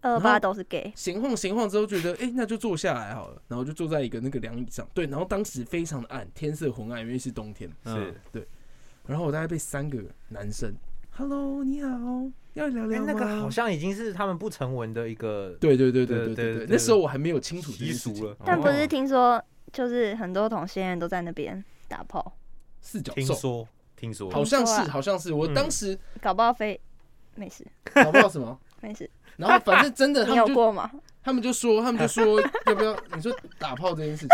E: 二
C: 然
E: 八
C: 后
E: 都是 gay，
C: 闲晃闲晃之后觉得，哎、那就坐下来好了，然后就坐在一个那个凉椅上，对，然后当时非常的暗，天色昏暗，因为是冬天，
B: 是
D: 嗯，
C: 然后我大概被三个男生，Hello，你好，要聊
B: 哎
C: 聊吗？
B: 那个好像已经是他们不成文的一个
C: 对对对对
B: 对
C: 对对
B: 对
C: 对，
B: 对
C: 那时候我还没有清楚这
B: 习
C: 件事
B: 俗
C: 情。
B: 了。
E: 但不是
B: 哦
E: 听说就是很多同性恋都在那边打炮，
C: 四角
B: 听
C: 兽
B: 说听说，
C: 好像
E: 听说
C: 是
E: 啊
C: 好像是，我
B: 嗯
C: 当时
E: 搞不好非没事
C: 搞不好什么，
E: 没事，
C: 然后反正
B: 呃
C: 真的
E: <laughs> 你
C: 他
E: 有
C: 们就
E: 过吗？
C: 他们就说他们就说要不要你说打炮这件
B: <laughs>
C: 事情，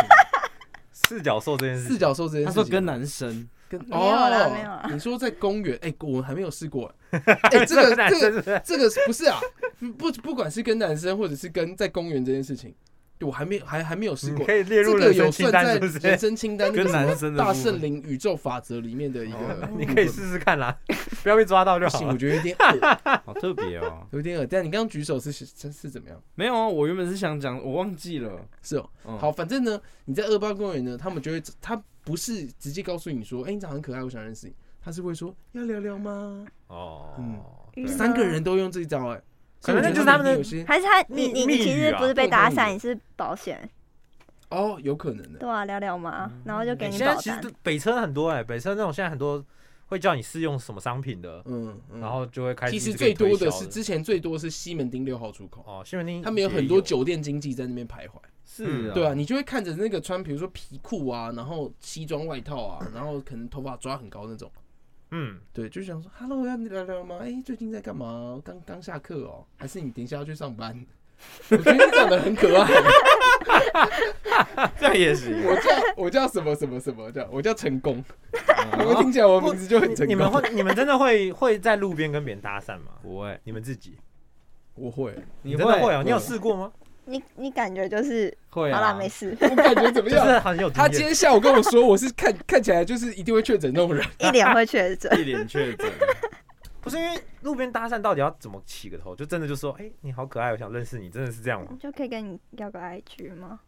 B: 四角兽这件事
C: 四
B: 情，
C: 角兽这件
D: 他
C: 事情，
D: 说跟男生，
C: 跟
E: 没有啦没有
C: 哦
E: 啦，
C: 你说在公园，哎，我还没有
B: <laughs>
C: 试过，哎，这个
B: 男
C: 这
B: 生
C: 个
B: 是
C: 这个不是啊，不不管是跟男生或者是跟在公园这件事情，我还没还还没有试
B: 你
C: 过。
B: 可以列
C: 这
B: 入
C: 个
B: 人
C: 有
B: 生清
C: 算
B: 单
C: 在
B: 是不
C: 人
B: 是？，
C: 生清单那个
D: 跟
C: 什么
D: 男生的
C: 大
D: 部分
C: 圣灵宇宙法则里面的一个
B: 你可以试试看啦， <laughs> 不要被抓到就
C: 嗯不
B: 好
C: 行，
B: 了
C: 我。觉得有点
B: <laughs>
C: 恶，
D: 好特别哦。
C: 有点恶。但你刚刚举手是是是怎么样？
D: 没有啊，我原本是想讲，我忘记了。
C: 是哦，
D: 嗯
C: 好，，反正呢，你在二八公园呢，他们就会，他不是直接告诉你说，哎、你长得很可爱，我想认识你，他是会说要聊聊吗？
B: 哦，
C: 嗯
B: 对
E: 嗯
C: 三个人都用这一招、哎，
B: 可能
C: 所以我觉得
B: 就是他们的
C: 一定有些
E: 还是他
B: 嗯密
E: 你你
B: 密
E: 你其
B: 语
E: 实
B: 啊
E: 不是被
C: 共
E: 打
C: 同语
E: 散，你是保险，
B: 嗯
C: 哦，有可能的、
E: 对啊，聊聊嘛，然后就给
B: 欸
E: 你
B: 现在
E: 保
B: 其
E: 单
B: 实。北车很多哎、北车那种现在很多会叫你试用什么商品的，
C: 嗯，嗯
B: 然后就会开始
C: 其实
B: 一直给
C: 最
B: 你推
C: 多
B: 销
C: 的
B: 的
C: 是之前最多是西门町六号出口，
B: 哦，西门町
C: 他们有
B: 也
C: 很多酒店经济在那边徘徊。
D: 是啊，
C: 对啊，，你就会看着那个穿，比如说皮裤啊，然后西装外套 <coughs> 啊，然后可能头发抓很高那种， <laughs>
B: 嗯，
C: 对，就想说，Hello，要聊聊吗？哎、最近在干嘛？刚刚下课哦，还是你等一下要去上班？ <laughs> 我觉得你长得很可爱，
D: 这样也
C: <laughs>
D: 行。
C: 我叫我叫什么什么什么叫我叫成功，你 <laughs>
D: 啊
C: 们听起来我名字就很成功。
B: 你们会你们真的会会在路边跟别人搭讪吗？
D: 不会，
B: 你们自己
C: 我会，
D: 你
B: 真的会哦、
D: 啊？
B: 你有试过吗？
E: 你你感觉就是
D: 会
E: 好
D: 啊
E: 啦，？没事，
C: <laughs> 我感觉怎么
B: 就
C: 样？
B: 是很有
C: 他今
B: 经验
C: 天下午跟我说，我是看 <laughs> 看起来就是一定会确诊那种人。
E: 一脸会
B: <laughs>
E: 确诊。
D: 一脸确诊。
B: 不是因为路边搭讪到底要怎么起个头？就真的就说，哎、你好可爱，我想认识你，真的是这样吗
E: 我？就可以跟你要个 IG 吗？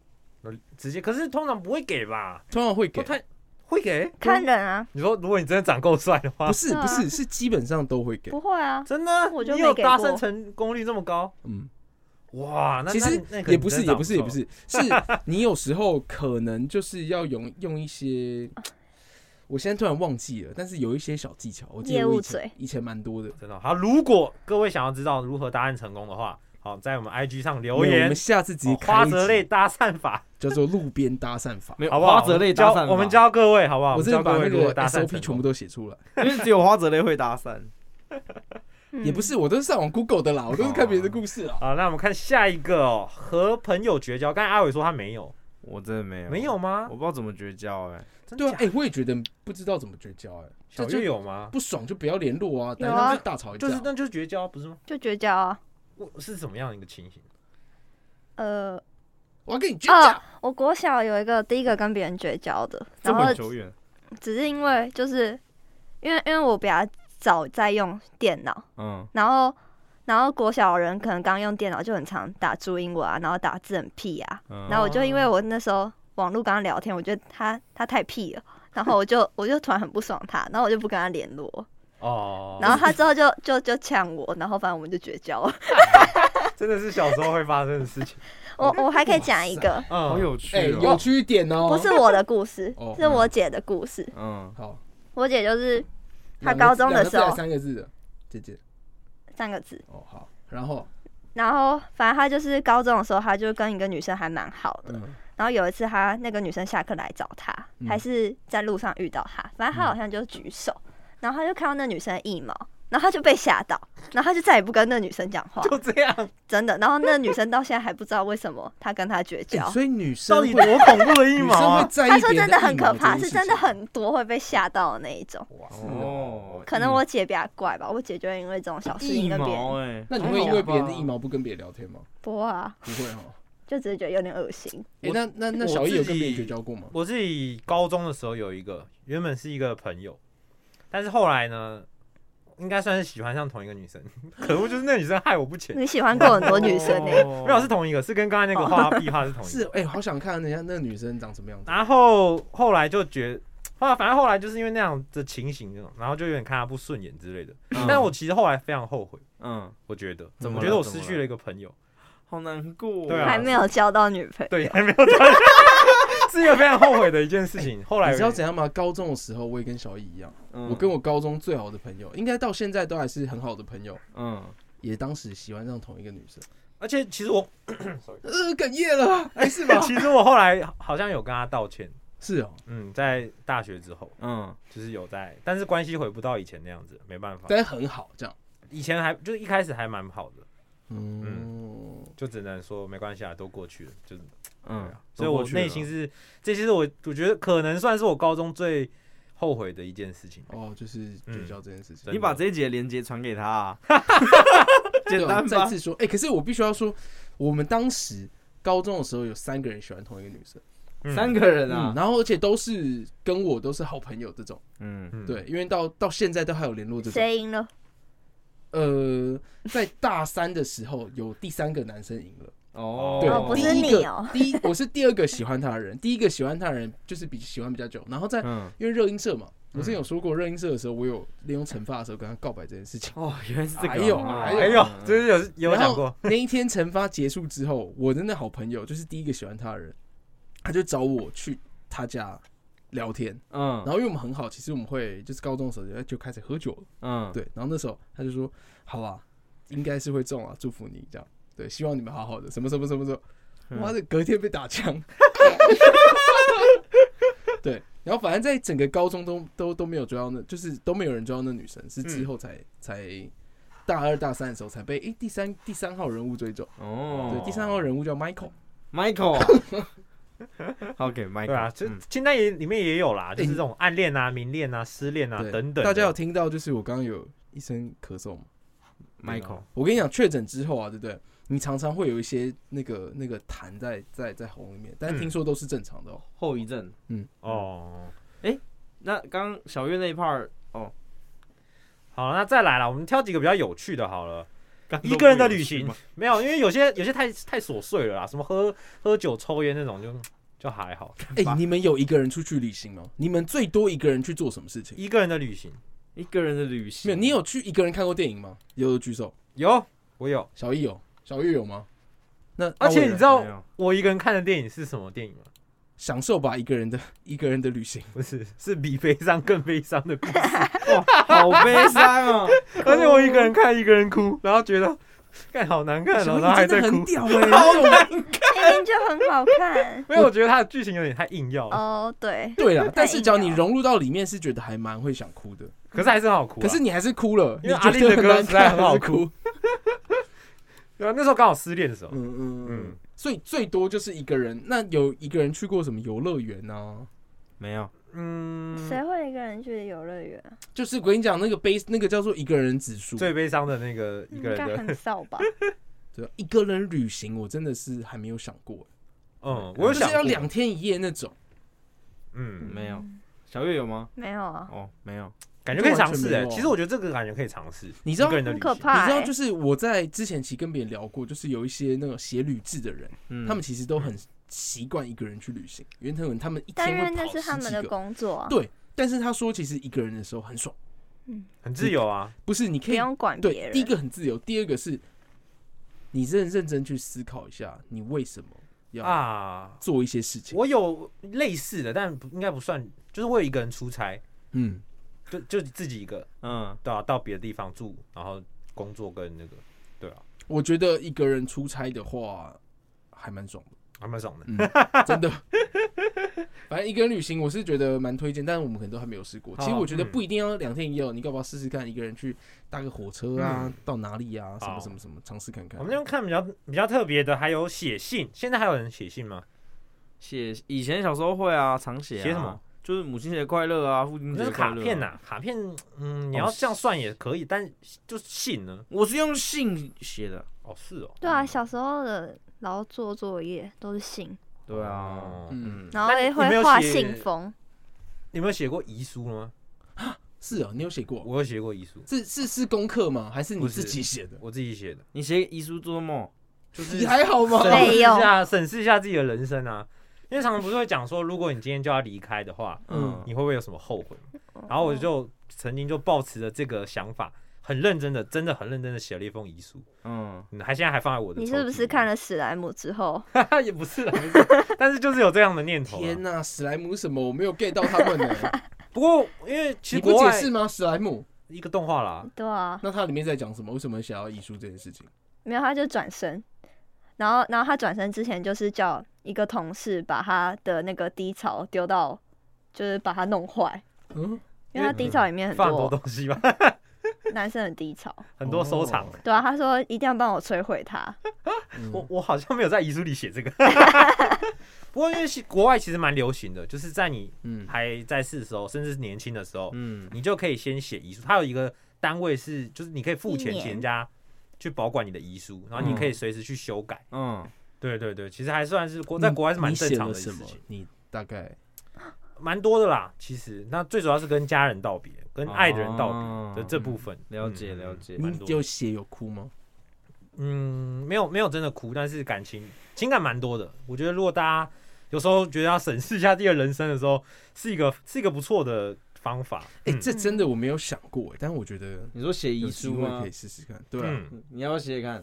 B: 直接，可是通常不会给吧？
C: <laughs> 通常会
B: 不
C: 给，
B: 太会给？嗯
E: 看人啊，
B: 你说，如果你真的长够帅的话
C: 啊不，是不
B: 嗯
C: 是是基本上都会给。
E: 不会啊，
B: 真的，
E: 我就
B: 你
E: 没
B: 有
E: 给
B: 搭
E: 过
B: 讪成功率这么高，
C: 嗯，
B: 哇，那
C: 其实
B: 那那可能
C: 也不是
B: 真
C: 也
B: 的
C: 不是也
B: 长
C: 不
B: 错
C: 是，是
B: <laughs>
C: 你有时候可能就是要用用
B: <laughs>
C: 一些，我现在突然忘记了，但是有一些小技巧，我记得
E: 业
C: 我
E: 务
C: 以前
E: 嘴
C: 以前蛮多的。
B: 真的好。如果各位想要知道如何搭讪成功的话，好，在我们 IG 上留
C: 没有我
B: 言
C: 们。下次直接
B: 哦
C: 开
B: 花
C: 一
B: 泽
C: 集
B: 类搭讪法，
C: 叫做路边搭讪法，
D: 没
B: <laughs>
D: 有
B: 好不好？
D: 花泽类搭
B: 教
D: 讪，
B: 我们，教各位好不好？
C: 我
B: 啊们
C: 真的
B: 教
C: 把
B: 各位
C: 那
B: 如何
C: 个
B: 搭讪
C: SOP 全部
B: 都
C: 都写出来，
D: 因为只有花泽类会搭讪。
E: 嗯
C: 也不是我都是上网 Google 的啦，我都是看别人的
B: 哦
C: 故事啦。
B: 好。那我们看下一个哦，和朋友绝交。刚才阿伟说他没有，
D: 我真的没有，
B: 没有，啊吗
D: 我？不知道怎么绝交哎。
B: 真
C: 对啊，
B: 假
C: 哎，我也觉得不知道怎么绝交，哎，
B: 小
C: 这
B: 月
C: 就
B: 有吗？
C: 不爽就不要联络啊，等
E: 有啊
C: 下就大吵一架
B: 就是。那就是绝交不是吗？
E: 就绝交啊。
B: 我是怎么样一个情形？
E: 呃，
C: 我要跟你绝交，
E: 我国小有一个第一个跟别人绝交的，
D: 这
E: 然
D: 么
E: 后
D: 久远，
E: 只是因为就是因为因为我比较早在用电脑，
D: 嗯，
E: 然后然后国小的人可能刚用电脑就很常打注音文啊，然后打字很屁啊，
D: 哦嗯
E: 然后我就因为我那时候网络跟他聊天，我觉得他他太屁了，然后我就我就突然很不爽他，然后我就不跟他联络，
B: 哦，
E: <laughs> 然后他之后就就就呛我，然后反正我们就绝交了。
B: 真的是小时候会发生的事情，
E: 我我还可以讲一个，
B: <laughs> 嗯，
D: 好有趣
C: 哎，
D: 哦。
C: 有趣一点哦。
E: 不是我的故事
C: <laughs> 哦，
E: 是我姐的故事。
D: 嗯，
C: 好，
E: 我姐就是她
C: 两个
E: 高
C: 字
E: 中
C: 两
E: 的
C: 个
E: 时
C: 字还
E: 候
C: 是三个字的姐姐。
E: 三个字，
C: 哦，好，然后，
E: 然后反正她就是高中的时候，她就跟一个女生还蛮好的。
C: 嗯，
E: 然后有一次，她那个女生下课来找她，
C: 嗯
E: 还是在路上遇到她，反正她好像就举手，
C: 嗯
E: 然后她就看到那女生的腋毛，然后她就被吓到，然后她就再也不跟那女生讲话，
B: <laughs> 就这样，
E: <laughs> 真的。然后那女生到现在还不知道为什么她跟她绝交。
C: 哎 <laughs> 所以女生
B: 到
C: 会
B: 底多恐怖的一
C: 女
B: 毛
C: 生
B: 啊！
C: 会哎在意
E: 她说
C: 别
E: 真
C: 人
E: 的
C: 的
E: 很可怕，
C: 腋毛这件
E: 是
C: 事
E: 真的
C: 情
E: 很多会被吓到的那一种。
B: 哇
D: 哦，
E: 可能我姐比较怪吧，我姐就会因为这种小事情
D: 一
E: 跟别人
D: 毛哎，
C: 那你会因为别人的腋毛不跟别人聊天吗？
E: 不会啊，
C: 不会哈。
E: 就只是觉得有点恶心。
C: 哎，那那那
B: 我
C: 小易有
B: 自
C: 跟别人
B: 己
C: 绝交过吗？
B: 我自己高中的时候有一个，原本是一个朋友，但是后来呢，应该算是喜欢上同一个女生， <laughs> 可恶，就是那女生害我不浅。
E: 你喜欢过很多女
D: 哦
E: 生欸呢、
B: 没有是同一个，是跟刚才那个画壁画哦 <laughs> 是同一
C: 是
B: 个。
C: 哎、好想看人家那个女生长什么样子。
B: 然后后来就觉，后来反正后来就是因为那样的情形，这种，然后就有点看她不顺眼之类的。
D: 嗯
B: 但我其实后来非常后悔，
D: 嗯，
B: 我觉得，
D: 怎么
B: 我
D: 了
B: 觉得我
D: 怎
B: 失
D: 么
B: 去
D: 了
B: 了一个朋友， <laughs>
D: 好难过哦。
B: 对啊
E: 还没有交到女朋友。
B: 对，还没有是一个非常后悔的一件事情。后来
C: 你知道怎样吗？高中的时候，我也跟小易一样，
D: 嗯
C: 我跟我高中最好的朋友，应该到现在都还是很好的朋友，
D: 嗯，
C: 也当时喜欢上同一个女生。
B: 而且其实我，？
C: 呃，哽咽 <laughs> 了，没事吧
B: 其实我后来好像有跟她道歉，
C: 是哦，
B: 嗯，在大学之后
D: 嗯
B: 就是有在，但是关系回不到以前那样子，没办法。
C: 但是很好，这样。
B: 以前还就是一开始还蛮好的，
C: 嗯，
B: 就只能说没关系啊，都过去了，就是对
D: 嗯
B: 啊，所以我内心是，这些是我我觉得可能算是我高中最后悔的一件事情。
C: 哦，就是绝交这件事
B: 嗯
C: 情。
D: 你把这一节连接传给他
C: <laughs>
D: 啊，简
C: 对啊
D: 单
C: 再
D: 吧？
C: 次说，哎，可是我必须要说，我们当时高中的时候有三个人喜欢同一个女生，
B: 嗯
D: 三个人
C: 嗯，
D: 啊，
C: 然后而且都是跟我都是好朋友这种，
D: 嗯
B: 嗯
C: 对，因为到到现在都还有联络这种。
E: 谁赢了？
C: 呃，在大三的时候有第三个男生赢了。
D: 哦，
B: 对
E: 哦，不是
C: 第一
E: 你
C: 个
E: 哦，
C: 第一，我是第二个喜欢他的人，第一个喜欢他的人就是比喜欢比较久，然后在
D: 嗯，
C: 因为热音社嘛，我之前有说过热音社的时候，我有利用惩罚的时候跟他告白这件事情。
D: 哦，原来是这个啊，
C: 还有
D: 哦
C: 还
B: 哎呦，就是 <laughs> 有有
C: 然
B: 讲
C: 后
B: 过，
C: 那一天惩罚结束之后，我的那好朋友就是第一个喜欢他
B: <laughs>
C: 的人，他就找我去他家聊天，然
D: 嗯
C: 后因为我们很好，其实我们会就是高中的时候就就开始喝酒了，
D: 嗯，
C: 对，然后那时候他就说，好啦，应该是会中啊，祝福你这样。对，希望你们好好的，什么什么什么什么，
D: 嗯
C: 妈的，隔天被打枪。对，然后反正在整个高中都都都没有追到那，就是都没有人追到那女生，是
B: 嗯
C: 之后才、才大二大三的时候才被诶、第三第三号人物追走。对，
D: 哦
C: 第三号人物叫 Michael。
D: ，Michael，好给 Michael，
B: 对啊，就
D: 嗯
B: 清单也里面也有啦，就是
C: 哎
B: 这种暗恋啊、明恋啊、失恋啊
C: 对，
B: 等等的。
C: 大家有听到就是我刚刚有一声咳嗽吗？
D: Michael，
C: 我跟你讲，确诊之后啊，对不对？你常常会有一些那个那个痰在在在喉里面，但是听说都是正常的哦。
D: 后遗症。
B: 哦，
D: 那刚刚小月那一 part，
B: 好，那再来了，我们挑几个比较有趣的好了。
D: 刚
B: 一个人的旅行没有，因为有些有些太太琐碎了啦，什么喝喝酒、抽烟那种就就还好。
C: 哎、你们有一个人出去旅行吗？你们最多一个人去做什么事情？
B: 一啊个人的旅行
D: 一个人的旅行，
C: 没有，你有去一个人看过电影吗？有举手，
B: 有，我有，
C: 小易有，小玉有吗？那
B: 而且
C: 那我
B: 你
C: 有
B: 知道
D: 没有
B: 我一个人看的电影是什么电影吗？
C: 享受吧一个人的一个人的
B: <laughs>
C: 旅行，
B: 不是，是比悲伤更悲伤的故事。
D: 好悲伤哦。
B: 而且我一个人看，一个人哭，然后觉得，看好难
C: <laughs>
B: 看
C: 小
B: 哦，
C: 易
B: 然后还在
C: 真的
B: 哭
C: 很。屌哎、欸！
B: 啊
E: 明明就很好
B: <laughs>
E: 看
B: 没有，我觉得它的剧情有点太硬要了，
E: 哦。对，
C: 对了，但
E: 太
C: 是
E: 硬
C: 只要你
B: 啊
E: 了
C: 融入到里面，是觉得还蛮会想哭的。
B: 可是还是很好哭啊。
C: 可是你还是哭了，
B: 因为
C: 你觉
B: 阿丽的
C: 得很
B: 歌
C: 难
B: 实在
C: 看
B: 很
C: 还
B: 好
C: 是
B: 哭。对啊，那时候刚好失恋的时候，
C: 嗯嗯嗯
B: 嗯。
C: 所以最多就是一个人。那有一个人去过什么游乐园啊？
D: 没有，
E: 谁
B: 嗯，
E: 会一个人去游乐园？啊
C: 就是我跟你讲，那个悲，那个叫做一个人指数。
B: 最悲伤的那个一
E: 应
B: 个人
E: 该
B: 的，
E: 很少吧？
C: 对，啊一个人旅行，我真的是还没有想过，
B: 嗯，我有
C: 就
B: 想
C: 是要
B: 过
C: 两，天一夜那种。
B: 嗯，
D: 没有。
E: 嗯
D: 小月有吗？
E: 没有啊，
D: 哦，没有。
B: 感觉可以尝
C: 这完
B: 试
C: 全没
B: 哎。
C: 有啊
B: 其实我觉得这个感觉可以尝试，
C: 你知道
B: 一个人的
E: 很
B: 旅
E: 可
B: 行，
E: 怕
C: 你知道，
E: 欸。
C: 就是我在之前其实跟别人聊过，就是有一些那种写旅志的人，
D: 嗯
C: 他们其实都很习惯一个人去旅行。袁腾文他们一
E: 但
C: 天
E: 因为
C: 会
E: 那
C: 跑
E: 是他
C: 十
E: 们
C: 几
E: 的
C: 个，
E: 工作啊，
C: 对但是他说其实一个人的时候很爽，
B: 很自由啊。
C: 不是你
E: 不
C: 可以
E: 用管别
C: 对，
E: 人。
C: 第一个很自由，第二个是，你认认真去思考一下，你为什么要
B: 啊，
C: 做一些事情。
B: 我有类似的，但不应该不算，就是我有一个人出差，
C: 嗯，
B: 就就自己一个，
D: 嗯
B: 对啊，到别的地方住，然后工作跟那个，对啊，
C: 我觉得一个人出差的话，还蛮爽
B: <laughs>
C: 的，
B: 还蛮爽的。
C: 嗯，真的。反正一个人旅行，我是觉得蛮推荐，但是我们可能都还没有试过。其实
B: 好
C: 我觉得
B: 嗯
C: 不一定要两天一夜哦，你干嘛试试看？一个人去搭个火车啊，到哪里啊，什么
B: 嗯好
C: 什么什么，尝试看看。
B: 我们就看比较比较特别的，还有写信，现在还有人写信吗？
D: 写以前小时候会啊，常写、啊。
B: 写什么？
D: 就是母亲节快乐啊，父亲
B: 就
D: 节
B: 是
D: 快乐、
B: 卡片呐、。卡片，嗯，你要这样算也可以，但就是信呢？
D: 我是用信写的。
B: 哦，是哦，
E: 对啊，小时候的劳作作业都是信，
D: 对啊，
B: 哦
C: 嗯，
D: 嗯，
E: 然后
B: 那你
E: 也
B: 你没有
E: 会画
B: 写
E: 信封。
B: 你有没有写过遗书吗？
C: 是哦，你有写过？
B: 我有写过遗书，
C: 是是是功课吗？还是你
B: 不是
C: 自己写的？
B: 我自己写的，
D: 你写遗书做梦，
B: 就是
C: 你还
B: <laughs>
C: 好吗？
B: 审视
E: 没
B: 一
E: 有
B: 下，审视一下自己的人生啊。因为常常不是会讲说，如果你今天就要离开的话，
C: 嗯
B: 你会不会有什么后悔？然
E: 嗯
B: 后我就曾经就抱持着这个想法，很认真的，真的很认真的写了一封遗书，
D: 嗯，
B: 嗯，还现在还放在我的。
E: 你是不是看？了史莱姆之后，
B: <laughs> 也不是啦，不是 <laughs> 但是就是有这样的念头、啊。
C: 天哪，史莱姆什么？我没有 get 到他
B: <laughs>
C: 们呢。
B: 不过因为其
C: 你
B: 实
C: 不
B: 国
C: 解
B: 外
C: 释吗？史莱姆？
B: 一个动画啦，
E: 对啊，
C: 那它里面在讲什么？为什么想要遗书这件事情？
E: 没有他就转身，然后然后他转身之前就是叫一个同事把他的那个低潮丢到，就是把他弄坏，
C: 嗯，
E: 因为他低潮里面很
B: 放很多
E: 多
B: 东西吧，
E: <laughs> 男生很低潮，
B: 很多收藏。
C: 哦
E: 对啊，他说一定要帮我摧毁他，
B: 我
C: 嗯
B: 我好像没有在遗书里写这个， <laughs> 不过因为其国外其实蛮流行的，就是在你
C: 嗯
B: 还在世的时候，甚至是年轻的时候，
D: 嗯，
B: 你就可以先写遗书。它有一个单位是，就是你可以付钱
E: 一年
B: 请人家去保管你的遗书，然后你可以随时去修改。
D: 嗯，
B: 对对对，其实还算是国在国外是蛮正常的
C: 你
B: 一
C: 写
B: 件事
C: 了什么
B: 情，？
C: 你大概
B: 蛮多的啦。其实那最主要是跟家人道别，跟爱的人道
D: 哦
B: 别的这部分。
D: 了解
B: 嗯
D: 了解
B: 蛮
C: 你
B: 多的
C: 有写有哭吗？
B: 嗯，没有没有真的哭，但是感情情感蛮多的。我觉得如果大家有时候觉得要审视一下自己的人生的时候，是一个是一个不错的方法。
C: 哎，
B: 嗯
C: 这真的我没有想过哎，但我觉得
D: 你说写
C: 有
D: 遗
C: 机
D: 书
C: 会
D: 吗
C: 可以？试试看。对啊，
B: 嗯
D: 你要不要写写看？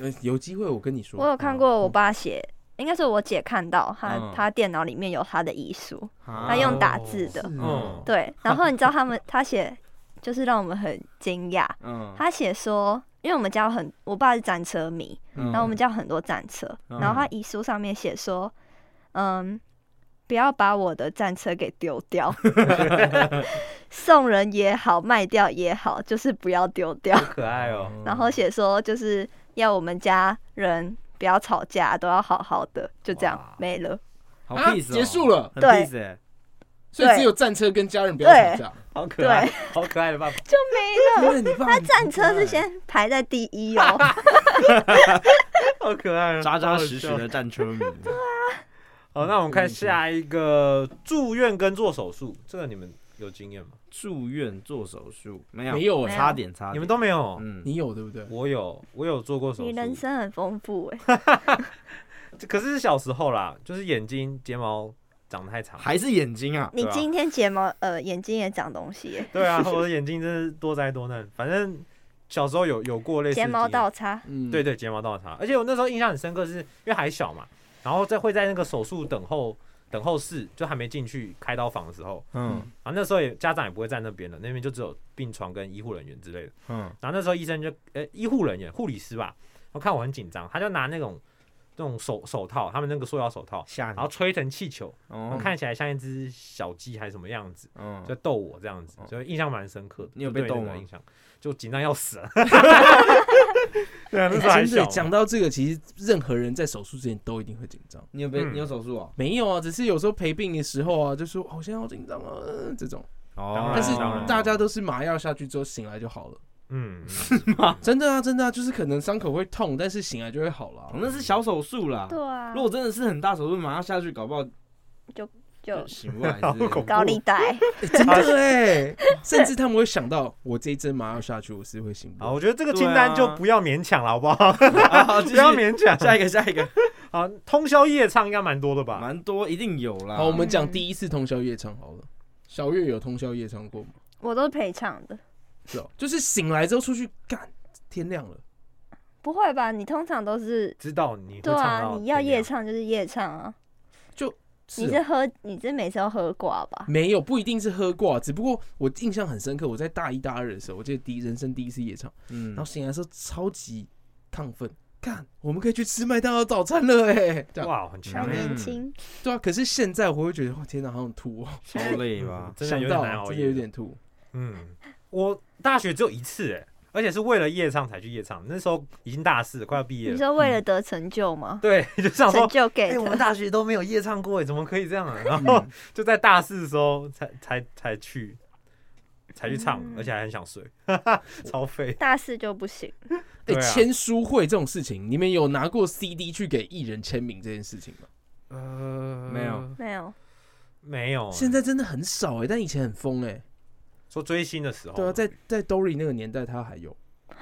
C: 呃，有机会我跟你说。
E: 我有看过我爸写，应该是我姐看到
D: 嗯
E: 他、
D: 哦
E: 他电脑里面有他的遗书，
D: 他
E: 他用打字的，
C: 是
B: 嗯
C: 哦，
E: 对，然后你知道他们 <laughs> 他写就是让我们很惊讶，
D: 嗯，
E: 他写说，因为我们家有很我爸是战车迷，
D: 嗯
E: 然后我们家有很多战车，
D: 嗯
E: 然后他遗书上面写说，嗯，不要把我的战车给丢
B: <laughs>
E: 掉，送人也好，卖掉也好，就是不要丢掉。
B: 好可爱哦、
E: 然后写说就是要我们家人不要吵架，都要好好的，就这样
B: 哇
E: 没了。
D: 好
C: 啊
D: peace，哦
C: 结束了
D: 很
E: 对
D: peace 欸
C: 所以只有战车跟家人不要吵架。
B: 好可爱，好可爱的爸爸。
C: 真的，你爸
E: 战车
B: 欸
E: 是先排在第一
B: <laughs>
E: 哦，
B: 好可爱哦，
D: 扎扎实实
B: 好好笑。
D: 的嗯战车迷，
B: 好，那我们看下一个住院跟做手术，这个你们有经验吗？
D: 住院做手术没有
C: 没有
D: 我
E: 没
C: 哎，
E: 有
D: 差点差点，
B: 你们都没有，哦
D: 嗯，
C: 你有对不对？
B: 我有，我有做过手啊
E: 你人
B: 术，
E: 生很丰富哎、
B: 这可是小时候啦，就是眼睛睫毛长得太长。
D: 还是眼睛啊？
E: 你
B: 对啊
E: 今天睫毛呃眼睛也长东西、欸，
B: 对啊，我的眼睛真是多灾多难。反正小时候有有过类似的
E: 睫毛
B: 经验
E: 倒插，
C: 嗯，
B: 对对，睫毛倒插。而且我那时候印象很深刻是，因为还小嘛，然后在会在那个手术等候等候室，就还没进去开刀房的时候，
D: 嗯
B: 然后那时候也家长也不会在那边了，那边就只有病床跟医护人员之类的。
D: 嗯
B: 然后那时候医生就呃医护人员护理师吧，我看我很紧张，他就拿那种那种手手套，他们那个塑料手套，
D: 吓你
B: 然后吹成气球，
D: 哦
B: 看起来像一只小鸡还是什么样子。
D: 嗯
B: 就逗我这样子，所以印象蛮深刻的。
D: 你有
B: 就
D: 被
B: 对
D: 逗
B: 那个
D: 吗
B: 印象就紧张要死了。对啊，那时候
C: 哎
B: 还
C: 真的
B: 小
C: 讲
B: 嘛。
C: 到这个，其实任何人在手术之前都一定会紧张。
D: 你有被
B: 嗯
D: 你有手术哦？
C: 没有啊，只是有时候陪病的时候啊，就说好像好紧张啊呃这种，
B: 哦
C: 但是
B: 当然
C: 大家都是麻药下去之后醒来就好了。
B: 嗯，
C: 真的啊，真的啊，就是可能伤口会痛，但是醒来就会好了啊、
D: 哦那是小手术啦。
E: 对啊
D: 如，果真的是很大手术，马上下去，搞不好
E: 就
D: 醒不来
B: 好
D: 之类的。
B: 恐怖
E: 高利贷。
C: 欸真的 <laughs> 哎、 <laughs> 甚至他们会想到我这一针麻药下去，我是会醒不
B: 好，
C: 来。
B: 我觉得这个清单就不要勉强了，好不好？
D: 好，啊继
B: <laughs> 不
D: 续
B: 要勉强。
D: <laughs> 下一个，下一个，
B: 好，通宵夜唱应该蛮多的吧？
D: 蛮多，一定有啦。
C: 好，我们讲第一次通宵夜唱好了。小月有通宵夜唱过吗？
E: 我都是陪唱的，
C: 是哦，就是醒来之后出去干，天亮了。
E: 不会吧？你通常都是
B: 知道你会
E: 对
B: 唱到
E: 啊，你要
B: 怎么样
E: 夜唱就是夜唱啊。
C: 是
E: 你
C: 哦嗯
E: 是喝，你是每次都喝挂吧？
C: 没有，不一定是喝挂，只不过我印象很深刻，我在大一大二的时候，我记得第一人生第一次夜唱，
D: 嗯
C: 然后醒来的时候超级亢奋，看我们可以去吃麦当劳早餐了哎、这样
B: 哇，很强
E: 还
B: 欸，
E: 年轻，
C: 对啊。可是现在我会觉得，哇，天哪，好想吐哦，
D: 超累
B: <laughs>
D: 吧？
B: 真的有
C: 想
B: 点
C: 到
B: 难熬
C: 真的
B: 夜。
C: 有点吐。
B: 嗯，我大学只有一次哎，而且是为了夜唱才去夜唱，那时候已经大四了，快要毕业
E: 你
B: 了。
E: 说为了得成就吗？
B: 对， <laughs> 就想说
E: 成就
B: 哎、
E: 给
B: 我们大学都没有夜唱过，哎，怎么可以这样啊？然后就在大四的时候才才才去，才去唱，
E: 嗯
B: 而且还很想睡， <laughs> 超废。
E: 大四就不行，
C: 哎、
B: 对啊
C: 签书会这种事情，你们有拿过 CD 去给艺人签名这件事情吗？
B: 呃
D: 没有，
E: 没有。
B: 没有。啊
C: 哦欸现在真的很少哎、但以前很疯哎、
B: 说追星的时候，
C: 对啊，在在 Dory 那个年代，他还有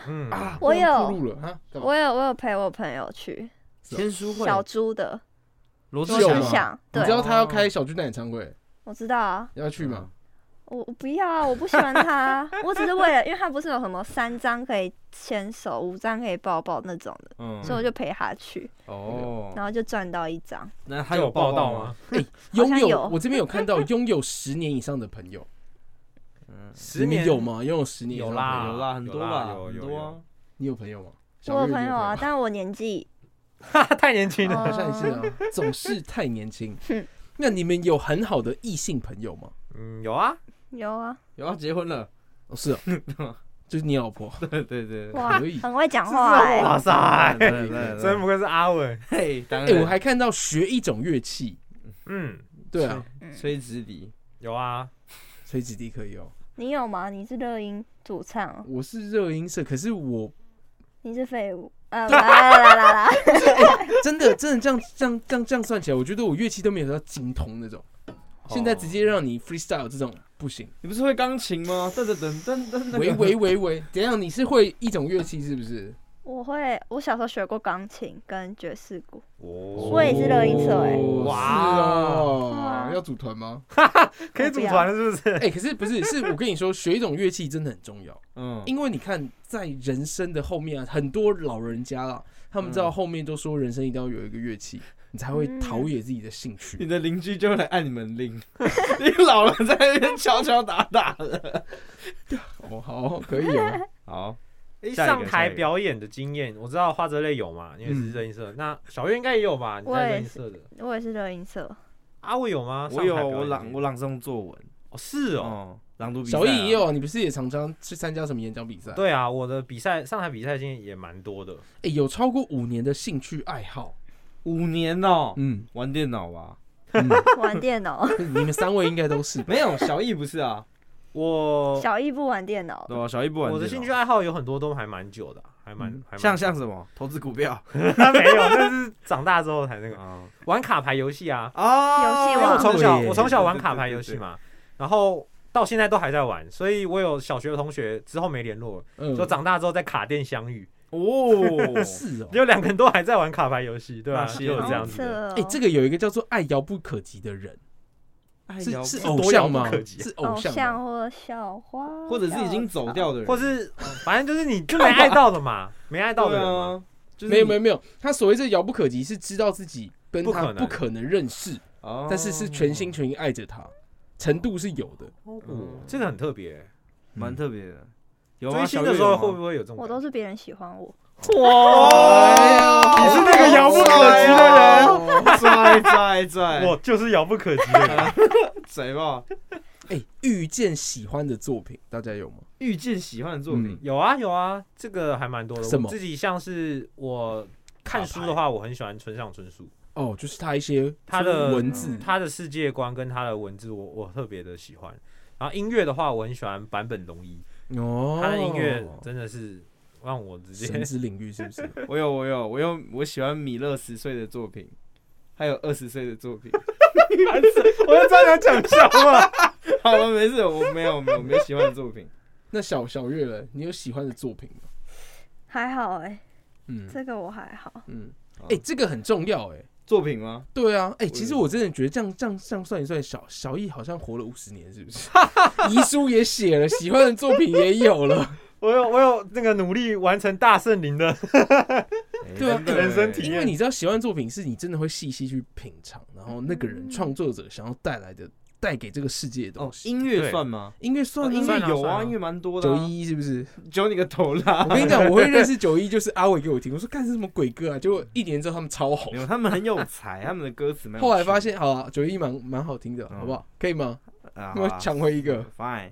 B: 嗯
C: 啊，
E: 我有
C: 忘记录了啊，干嘛
E: 我有我有陪我朋友去
D: 签书会，
E: 小猪的
D: 罗
C: 是
D: 志
E: 罗
C: 有
E: 志
C: 吗
D: 祥
E: 祥，
C: 你
E: 对
C: 知，道他要开小巨蛋演唱会，
E: 我知道啊，
C: 要去吗？
E: 我我不要啊，我不喜欢他啊，我只是为了，因为他不是有什么三张可以牵手，五张可以抱抱那种的，
D: 嗯
E: 所以我就陪他去，
D: 哦，
E: 然后就赚到一张，
D: 那他
B: 他有报道吗？？
E: 好
C: 拥
E: 像
C: 有
E: 有
C: 我这边有看
E: <laughs>
C: 到拥有十年以上的朋友，
D: 嗯，
B: 十
C: 你
B: 年
C: 有？吗？拥有十年以上
B: 有
C: 的
B: 啦，
C: 朋友
D: 有啦很多啦
B: 有有
D: 很多啊
B: 有，
C: 你有朋友吗？小
E: 我有
C: 月
E: 朋
C: 你
E: 友啊，但我年纪
B: 哈
E: 呃
B: 哈 <laughs> 太年轻了。
C: 好像也是啊，
E: 哦
C: <laughs> 总是太年
E: <laughs>
C: 轻。那你们有很好的异性朋友吗？
B: 嗯，有啊，
E: 有啊，
D: 有要结婚了， <laughs>
C: 哦，是 <laughs> 啊，就是你老婆。
D: 对对对，
E: 哇，
C: 可以
E: 很会讲话哎、
B: 啊哇塞，
D: <laughs> 对对对，
B: 真不愧是阿文。
D: 嘿，当
C: 哎，我
D: 然，
C: 还看到学一种乐器，
B: 嗯，
C: 对啊，
D: 吹直笛，
B: 有啊，
C: 吹纸笛可以哦。
E: 你有吗？你是乐音主唱哦，
C: 我是热音社，可是我
E: 你是废物，呃， <laughs> 啦啦啦啦啦，
C: 真
E: <laughs>
C: 的真的这样这样这样这样算起来，我觉得我乐器都没有到精通那种。现在直接让你 freestyle 这种不行，
D: 你不是会钢琴吗？噔噔噔噔噔，
C: 喂喂喂 <laughs> 喂，怎样？你是会一种乐器是不是？
E: 我会，我小时候学过钢琴跟爵士鼓，
B: 我
E: 我也是乐音社哎、
C: 哦
B: 哇
C: 是哦
E: 哇，
C: 要组团吗？
B: 可以组团了，是不是？
C: 哎、可是不是？是我跟你说，学一种乐器真的很重要，
D: 嗯，
C: 因为你看，在人生的后面啊，很多老人家啦，他们知道后面都说人生一定要有一个乐器，你才会陶冶自己的兴趣。
D: 你的邻居就会来按你门铃， <laughs> 你老了在那边敲敲打打的。
C: 哦，好，可以哦。
D: 好，
B: 哎
D: 下一个
B: 上台表演的经验，我知道花泽类有嘛，你也是热音社。那小月应该也有吧？你
E: 我
B: 在
E: 也
B: 热音社的。
E: 我也是乐音社，
B: 阿伟有吗？
D: 我有
B: 上台表演
D: 我朗我朗诵作文，
B: 哦是哦，
D: 哦，朗读比赛啊
C: 小易也，有，你不是也常常去参加什么演讲比赛？
B: 对啊，我的比赛上台比赛经验也蛮多的。
C: 哎、有超过五年的兴趣爱好。
D: 五年哦，
C: 嗯，
D: 玩电脑吧？
C: 嗯
E: 玩电脑，
C: 你们三位应该都是吧。
D: 没有，小易不是啊，
B: 我
E: 小易不玩电脑，
D: 对吧？啊小易不玩电脑。
B: 我的兴趣爱好有很多都还蛮久的啊，还蛮还蛮
D: 像像什么？ <laughs> 投资股票
B: 他 <laughs> 没有，那是长大之后才
D: <laughs>
B: 那个
D: 啊
B: 玩卡牌游戏啊。
D: 啊
E: 游戏
B: 因为我
E: 王
B: 从小
C: 对
B: 我从小玩卡牌游戏，嘛，然后到现在都还在玩，所以我有小学的同学之后没联络了，
C: 嗯，
B: 就长大之后在卡店相遇，
D: 哦
C: 是哦。
B: 有两个人都还在玩卡牌游戏，对吧、
D: 那
B: 啊？
D: 是
B: 就有这样
E: 好
B: 子
E: 扯
B: 的，
E: 哦
C: 哎、这个有一个叫做“爱遥不可及”的人，
D: 哎
C: 是
D: 遥
C: 是
D: 不
B: 哦
C: 偶像
B: 多
C: 吗
B: 遥不可？及啊
C: 是
E: 偶
C: 像吗
E: 像或小花，
D: 或者是已经走掉的人，
B: 或是反正就是你就没爱到的嘛，没爱到的
D: 对
B: 人嘛，
D: 啊，就是
C: 没有没
D: 有，
C: 有没有，他所谓这遥不可及是知道自己跟
B: 不可
C: 他
B: 能
C: 不可能认识，
D: 哦
C: 但是是全心全意爱着他，程度是有的。
B: 哦，这个很特别。
D: 蛮特别的。有吗
B: 追星的时候会
D: 小
B: 不会有这种
E: 我
B: 感觉？
E: 都是别人喜欢我，
D: 哇
B: 你是那个遥不可及
D: <laughs>
B: 的
D: 的人，拽拽拽，
B: 我就是遥不可及的人。
D: 谁吧？
C: 哎、遇见喜欢的作品，大家有吗？
D: 遇见喜欢的作品，
B: 有啊有啊，这个还蛮多的。
C: 什么
B: 我自己像是我看书的话，我很喜欢村上春树，
C: 哦，就是他一些
B: 他的
C: 文字，
B: 他的世界观跟他的文字我，我特别的喜欢。然后音乐的话，我很喜欢坂本龙一，
C: 哦，
B: 他的音乐真的是让我直接
C: 神之领域是不是？
D: 我有我有我有我喜欢米勒十岁的作品，还有二十岁的作品。
B: <laughs> 我要专门讲笑话。
D: <laughs> 好了，没事，我没有没有没喜欢的作品。
C: 那小小月嘞，你有喜欢的作品吗？
E: 还好哎、
C: 嗯
E: 这个我还好，
C: 嗯，哎、这个很重要哎、
D: 作品吗？
C: 对啊，哎、
D: 我
C: 其实我真的觉得这样这样这样算一算，小小易好像活了五十年， <laughs> 是不是？遗书也写了，喜欢的作品也有了，
B: <laughs> 我有我有那个努力完成大圣灵的， <laughs>
C: 对啊
D: 真的
B: 人生体
C: 因
B: 验
C: 为你知道，喜欢的作品是你真的会细细去品尝，然后那个人创作者想要带来的、带给这个世界的
D: 哦
C: 东，西。
D: 音乐算吗？
C: 音乐算
D: 哦音
C: 音
D: 乐
C: 乐
B: 算啊
D: 有
B: 算
D: 啊，
B: 啊
D: 音乐蛮多的
C: 九
D: 啊。
C: 一是不
D: <laughs>
C: 是？
D: 九你个头啦！
C: 我跟你讲，
D: <laughs>
C: 我会认识九一，就是阿伟给我听，我说干是什么鬼歌啊？结果一年之后他们超红
D: 没，有，他们很有才，他们的歌词蛮有趣的。
C: 后来发现好啊，九一蛮蛮好听的，
D: 嗯
C: 好不好？可以吗？
D: 啊，
C: 那我
D: 好啦
C: 抢回一个，
D: fine，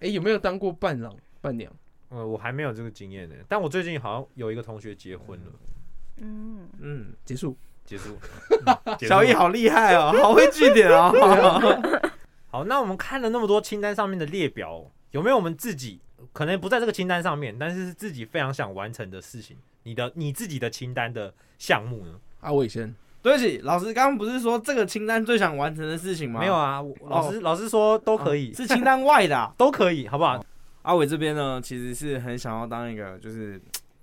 C: 哎，有没有当过伴郎伴娘？
B: 呃，我还没有这个经验呢。但我最近好像有一个同学结婚了，
E: 嗯，
D: 嗯，
C: 结束。
B: 结束。嗯结束
D: 小易好厉害哦，好会据点哦。
B: 好，那我们看了那么多清单上面的列表，有没有我们自己可能不在这个清单上面，但是是自己非常想完成的事情？你的你自己的清单的项目呢？
C: 阿伟先，
D: 对不起，老师刚刚不是说这个清单最想完成的事情吗？
B: 没有啊，我老师、
D: 哦
B: 老师说都可以，
D: 是清单外的啊、
B: 都可以，好不好？
D: 阿伟这边呢，其实是很想要当一个就是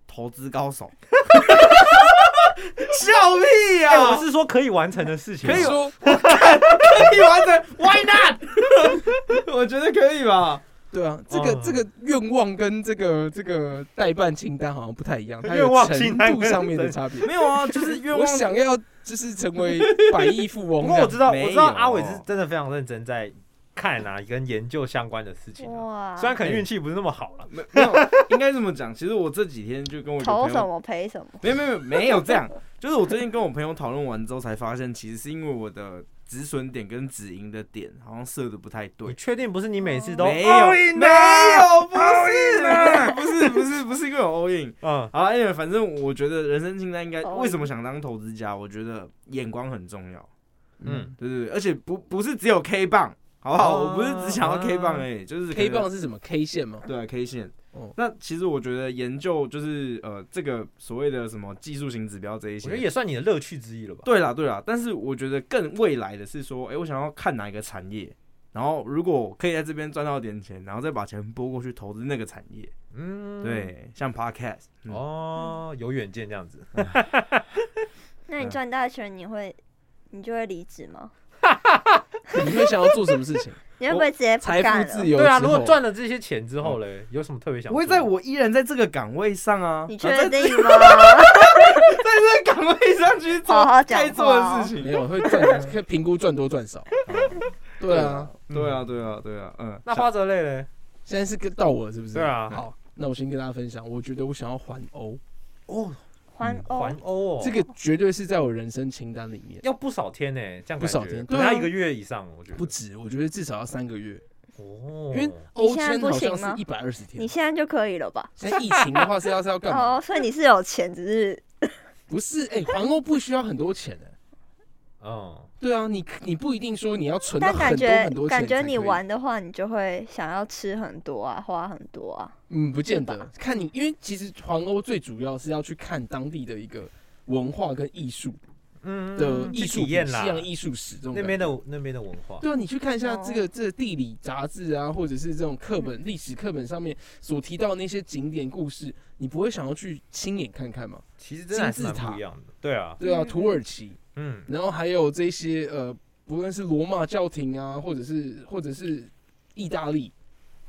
D: 投资高手。 <laughs> 笑屁啊
B: 哎、
D: 呀、
B: 我是说可以完成的事情，
D: 哦
C: 可以说
D: 可以完成，Why not？我 <laughs> 觉得可以吧。
C: 对啊，这个
D: 嗯
B: 哦
C: 这个愿望跟这个这个代办清单好像不太一样，它有
B: 愿望
C: 程
B: 清单
C: 度
B: 跟
C: 上面的
B: 人
C: 差别。
D: 没有啊，就是愿
C: <laughs> 我
D: 望。
C: 想要就是
B: <laughs>
C: 成为百亿富
B: 不
C: 翁这
B: 过我
C: 样，
B: 知道，
D: 没有
B: 我知道阿伟是真的非常认真在看啊，跟研究相关的事情啊、
E: 哇，
B: 虽然可能运气不是那么好了、
D: 没没有，应该这么讲。其实我这几天就跟我一个
E: 投
D: 朋
E: 什
D: 友，
E: 么赔什么，
D: 没有没有没有这样，就是我最近跟我朋友讨论完之后才发现，其实是因为我的止损点跟止盈的点好像设的不太对
B: 你。确定不是你每次都哦
D: 没有
B: all in
D: 没
B: 啊？
D: 有，不是啦，不是不是不是因为我 all in。
B: 嗯，
D: 好啦，因为反正我觉得人生清单应该
E: all in
D: 为什么想当投资家？我觉得眼光很重要。
B: 嗯
D: 对对对，而且不不是只有 K 棒，好不好？
B: 哦
D: 我不是只想要 K 棒而已，
B: 嗯
D: 就是可能
C: K 棒是什么 K 线吗？ <laughs>
D: 对 K 线
C: 哦。
D: 那其实我觉得研究就是呃这个所谓的什么技术型指标这一
B: 我觉得
D: 些，
B: 也算你的乐趣之一了吧。
D: 对啦对啦。但是我觉得更未来的是说，哎、我想要看哪一个产业，然后如果可以在这边赚到点钱，然后再把钱拨过去投资那个产业。
B: 嗯，。
D: 对，像 Podcast，、嗯、
B: 哦，有远见这样子，
E: 那你赚大钱你会你就会离职吗？
C: 你会想要做什么事情？
E: 你会不会直 <laughs> 接不
C: 财
E: 干
C: 富自
E: 了？
C: 由
B: 对啊，
C: 之
B: 如果
C: 后嗯
B: 赚了这些钱之后嘞，有什么特别想做的？
D: 我会在我依然在这个岗位上
B: 哦
D: 啊，
E: 你
D: 然后
E: 确
D: 在
E: 定
B: <laughs>
E: 吗？
D: 这个岗位上去做
E: 好好讲
D: 该做
E: 话
D: 的
E: 哦
D: 事情
C: 没。有会
B: <laughs>
C: 赚，可以评估赚多赚少。啊对啊，，
D: 对啊，对啊，对啊，嗯，
B: 那花泽类嘞？
C: 现在是跟到我了是不是？
B: 对啊
C: 好，那我先跟大家分享，我觉得我想要环欧，
B: 哦，
C: 嗯
E: 环欧
B: 环欧哦，
C: 这个绝对是在我人生清单里面，
B: 要不少天呢，这样感觉
C: 不少天
B: 可能
C: 对啊
B: 要一个月以上，我觉得
C: 不止，我觉得至少要三个月，
B: 哦
C: 因，为欧
E: 现在
C: 签
E: 不
C: 好
E: 行
C: 像
E: 吗
C: 是一百二十天
E: 你。现在就可以了吧？
C: 现在疫情的话是要是要干嘛？
E: <laughs> 哦，所以你是有钱，只是
C: 不是，哎、环欧不需要很多钱哎、
B: 嗯，
C: 对啊，你你不一定说你要存到
E: 但
C: 很多
E: 感觉
C: 很多钱
E: 感觉
C: 才
E: 你
C: 可以，
E: 玩的话，你就会想要吃很多啊，花很多啊。
C: 嗯，不见
E: 对
C: 得看你，因为其实环欧最主要是要去看当地的一个文化跟艺术
B: 嗯
C: 的艺
B: 去
C: 术
B: 体验
C: 品
B: 啦
C: 西，洋艺术史这种
B: 那
C: 感
B: 边
C: 觉
B: 的那边的文化，
C: 对啊，你去看一下这
E: 哦嗯
C: 个这个地理杂志啊，或者是这种课本历史课本上面所提到的那些景点故事，你不会想要去亲眼看看吗？
B: 其实真的还是蛮
C: 金字塔
B: 不一样的。对啊，
C: 对啊，
E: 嗯
C: 土耳其，
B: 嗯，
C: 然后还有这些呃，不论是罗马教廷啊，或者是或者是意大利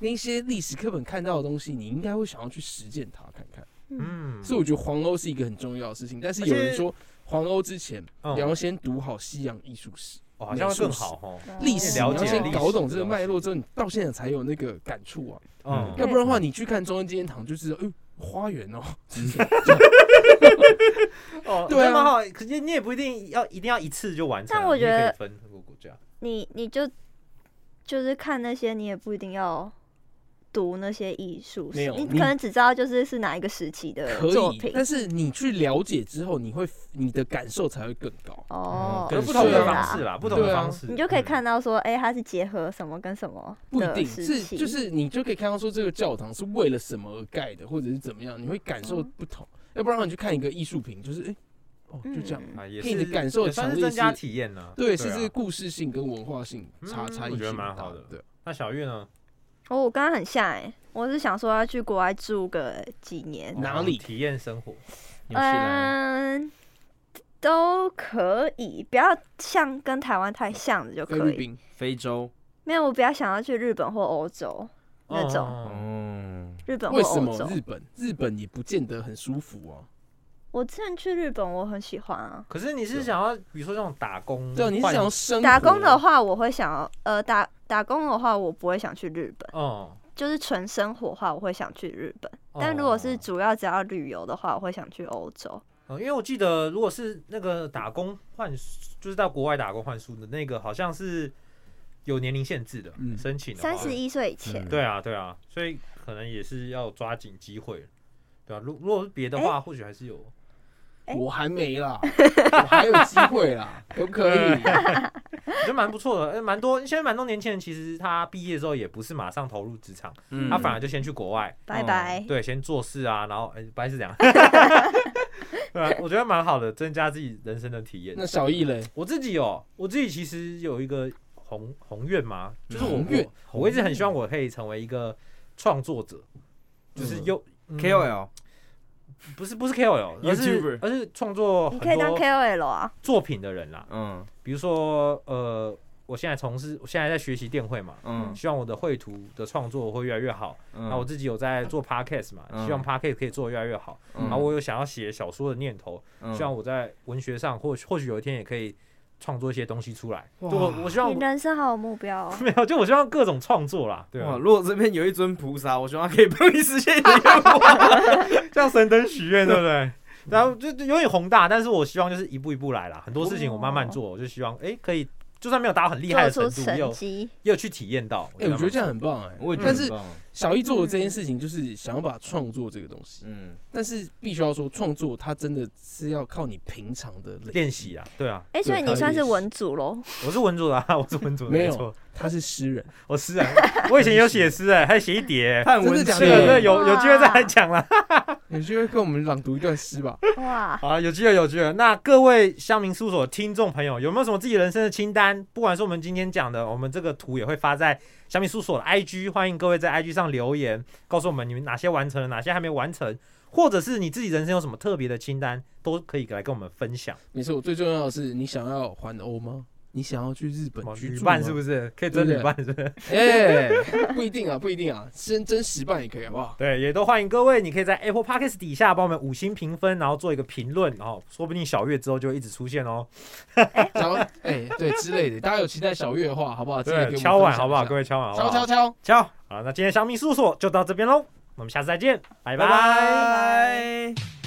C: 那些历史课本看到的东西，你应该会想要去实践它看看。
E: 嗯，
B: 嗯，
C: 所以我觉得黄欧是一个很重要的事情，但是
B: 而且
C: 有人说黄欧之前
B: 嗯
C: 你要先读好西洋艺术史、
B: 哦好像会更好哦。
C: 历史，你
B: 了
C: 要
B: 解
C: 先
B: 历
C: 搞
B: 史
C: 懂
B: 的
C: 这个
B: 东
C: 脉络
B: 西
C: 之后，你到现在才有那个感触啊。
B: 嗯，
C: 要不然的话，你去看中央纪念堂就知道，哎、花园哦，
B: 嗯哦，
C: 对啊
B: 那蛮好。可是你也不一定要一定要一次就完成啊，
E: 但我觉得
B: 你也可以分很多国家。
E: 你你就就是看那些，你也不一定要读那些艺术
C: 没
E: 史，
C: 有
E: 你
C: 你
E: 可能只知道就是是哪一个时期的
C: <laughs> 可
E: 作
C: 以
E: 品，
C: 但是你去了解之后，你会你的感受才会更高。
E: 哦，
B: 嗯可是不
C: 是
B: 同
E: 对
B: 的
E: 啦
B: 方式啦，不同的
C: 对啊
B: 方式，
E: 你就可以
B: 嗯
E: 看到说，哎、它是结合什么跟什么
C: 不一
E: 的
C: 定
E: 时
C: 是，
E: 期，
C: 就是你就可以看到说这个教堂是为了什么而盖的，或者是怎么样，你会感受
E: 哦
C: 不同。要不然的话你去看一个艺术品，就是哎、哦，就这样。
E: 嗯
B: 啊，也
C: 可以
B: 是
C: 你感受
B: 也算
C: 强
B: 是
C: 烈
B: 增加
C: 是
B: 体验呢。
C: 对，是这个
B: 啊。
C: 故事性跟文化性差
B: 嗯
C: 差
B: 我
C: 异性
B: 觉得
C: 很
B: 蛮
C: 大
B: 好的
C: 的。对，
B: 那小月呢？
E: 哦，我刚刚很像哎、我是想说要去国外住个几年，
C: 哪里
B: 哦体验生活？
D: 纽西兰
E: 嗯，都可以，不要像跟台湾太像的就
C: 菲
E: 可
C: 律
E: 以。
C: 宾，
D: 非洲，
E: 没有，我比较想要去日本或欧洲那种，
B: 哦
D: 嗯，
E: 日本或
C: 为什
E: 欧
C: 么
E: 洲。
C: 日本？日本也不见得很舒服啊。
E: 我之前去日本，我很喜欢啊。
B: 可是你是想要，比如说这种打工，
C: 对啊，你是
B: 嗯换
C: 想要生
E: 打工
C: 活
E: 的话，我会想要，呃，打打工的话，我不会想去日本，
B: 哦，
E: 就是纯生活的话，我会想去日本。
B: 哦
E: 但如果是主要只要旅游的话，我会想去欧洲。
B: 嗯因为我记得，如果是那个打工换书，就是到国外打工换书的那个，好像是有年龄限制的，
C: 嗯
B: 申请的话
E: 三十。一岁以前，
D: 嗯
B: 对啊，对啊，所以可能也是要抓紧机会，对啊，如如果是别的话，或许还是有。
E: 哎 <laughs>
C: 我还没啦，我还有机会啦，可不可以？
B: 我觉得蛮不错的，哎，蛮多现在蛮多年轻人其实他毕业之后也不是马上投入职场，
D: 嗯
B: 他反而就先去国外，
E: 拜
C: 嗯
E: 拜。
B: 对，先做事啊，然后哎，不是这
E: <laughs>
B: 样，对啊，我觉得蛮好的，增加自己人生的体验。
C: <laughs> 那小易嘞，
B: 我自己哦，我自己其实有一个宏宏愿嘛，就是我
C: 宏愿
B: 我，我一直很希望我可以成为一个创作者，就是又、嗯
D: KOL
B: 不是不是 KOL，而是
D: YouTuber
B: 而是创作
E: 你可以
B: 哦很
E: 当
B: 多
E: KOL 啊，
B: 作品的人啦。
D: 嗯
B: 比如说呃，我现在从事，我现在在学习电绘嘛，
D: 嗯
B: 希望我的绘图的创作会越来越好。
D: 嗯，
B: 那我自己有在做 podcast 嘛，
D: 嗯
B: 希望 podcast 可以做得越来越好。
D: 嗯
B: 然后我有想要写小说的念头，
D: 嗯
B: 希望我在文学上或或许有一天也可以创作一些东西出来。就
D: 哇
B: 我我希望
E: 你人生好有目标哦。
B: <laughs> 没有，就我希望各种创作啦，对
D: 哇，
B: 啊，
D: 如果这边有一尊菩萨，我希望可以帮你实现你的愿望。
B: 像神灯许愿，对不对？然后就就有点宏大，但是我希望就是一步一步来啦，很多事情我慢慢做，我就希望哎、可以，就算没有达到很厉害的程
E: 做出
B: 度，也
E: 成
B: 有
E: 绩，
B: 也有去体验到。
C: 哎，我觉得这样很棒哎，但是小易做的
E: 嗯
C: 这件事情就是想要把创作这个东西，
D: 嗯，
C: 但是必须要说创作它真的是要靠你平常的累积
B: 练习，啊，对啊，
E: 哎，所以
C: 对
E: 你算
C: 他
E: 是
C: 也是
E: 文组喽？
B: 我是文组的、啊，我是文组的，
C: 没有
B: 错，
C: 他是诗人，
B: 我诗啊，我以前有写诗哎，还写一叠、欸。
D: 看文
C: 真的假
B: 这
C: 的
B: 个
C: 对
B: 这个
C: <laughs>
B: 有有机会再来讲啦。
C: 有机会跟我们朗读一段诗吧。
E: 哇，
B: 好啊，有机会有机会。那各位乡民事务所的听众朋友，有没有什么自己人生的清单？不管是我们今天讲的，我们这个图也会发在乡民事务所的 IG，欢迎各位在 IG 上留言，告诉我们你们哪些完成了，哪些还没完成，或者是你自己人生有什么特别的清单，都可以来跟我们分享。
C: 没错，最重要的是你想要环欧吗？你想要去日本
B: 哇
C: 居
B: 旅
C: 住
B: 哦伴
C: 吗
B: 是不是可以
C: 对
B: 争
C: 不对
B: 旅伴？是不是？ <laughs>
C: 哎、不一定啊，不一定啊，真真实办也可以，好不好？
B: 对，也都欢迎各位，你可以在 Apple Podcast 底下帮我们五星评分，然后做一个评论，然后说不定小月之后就会一直出现哦。
C: 然后哎、对之类的，大家有期待小月的话，好不好？记
B: 对，
C: 得给我们
B: 敲碗
C: 分享一下
B: 好不好？各位敲碗好不
C: 敲
B: 好？
C: 敲敲。
D: 瞧，
B: 好，那今天香蜜事务所就到这边喽，我们下次再见，拜
D: 拜拜。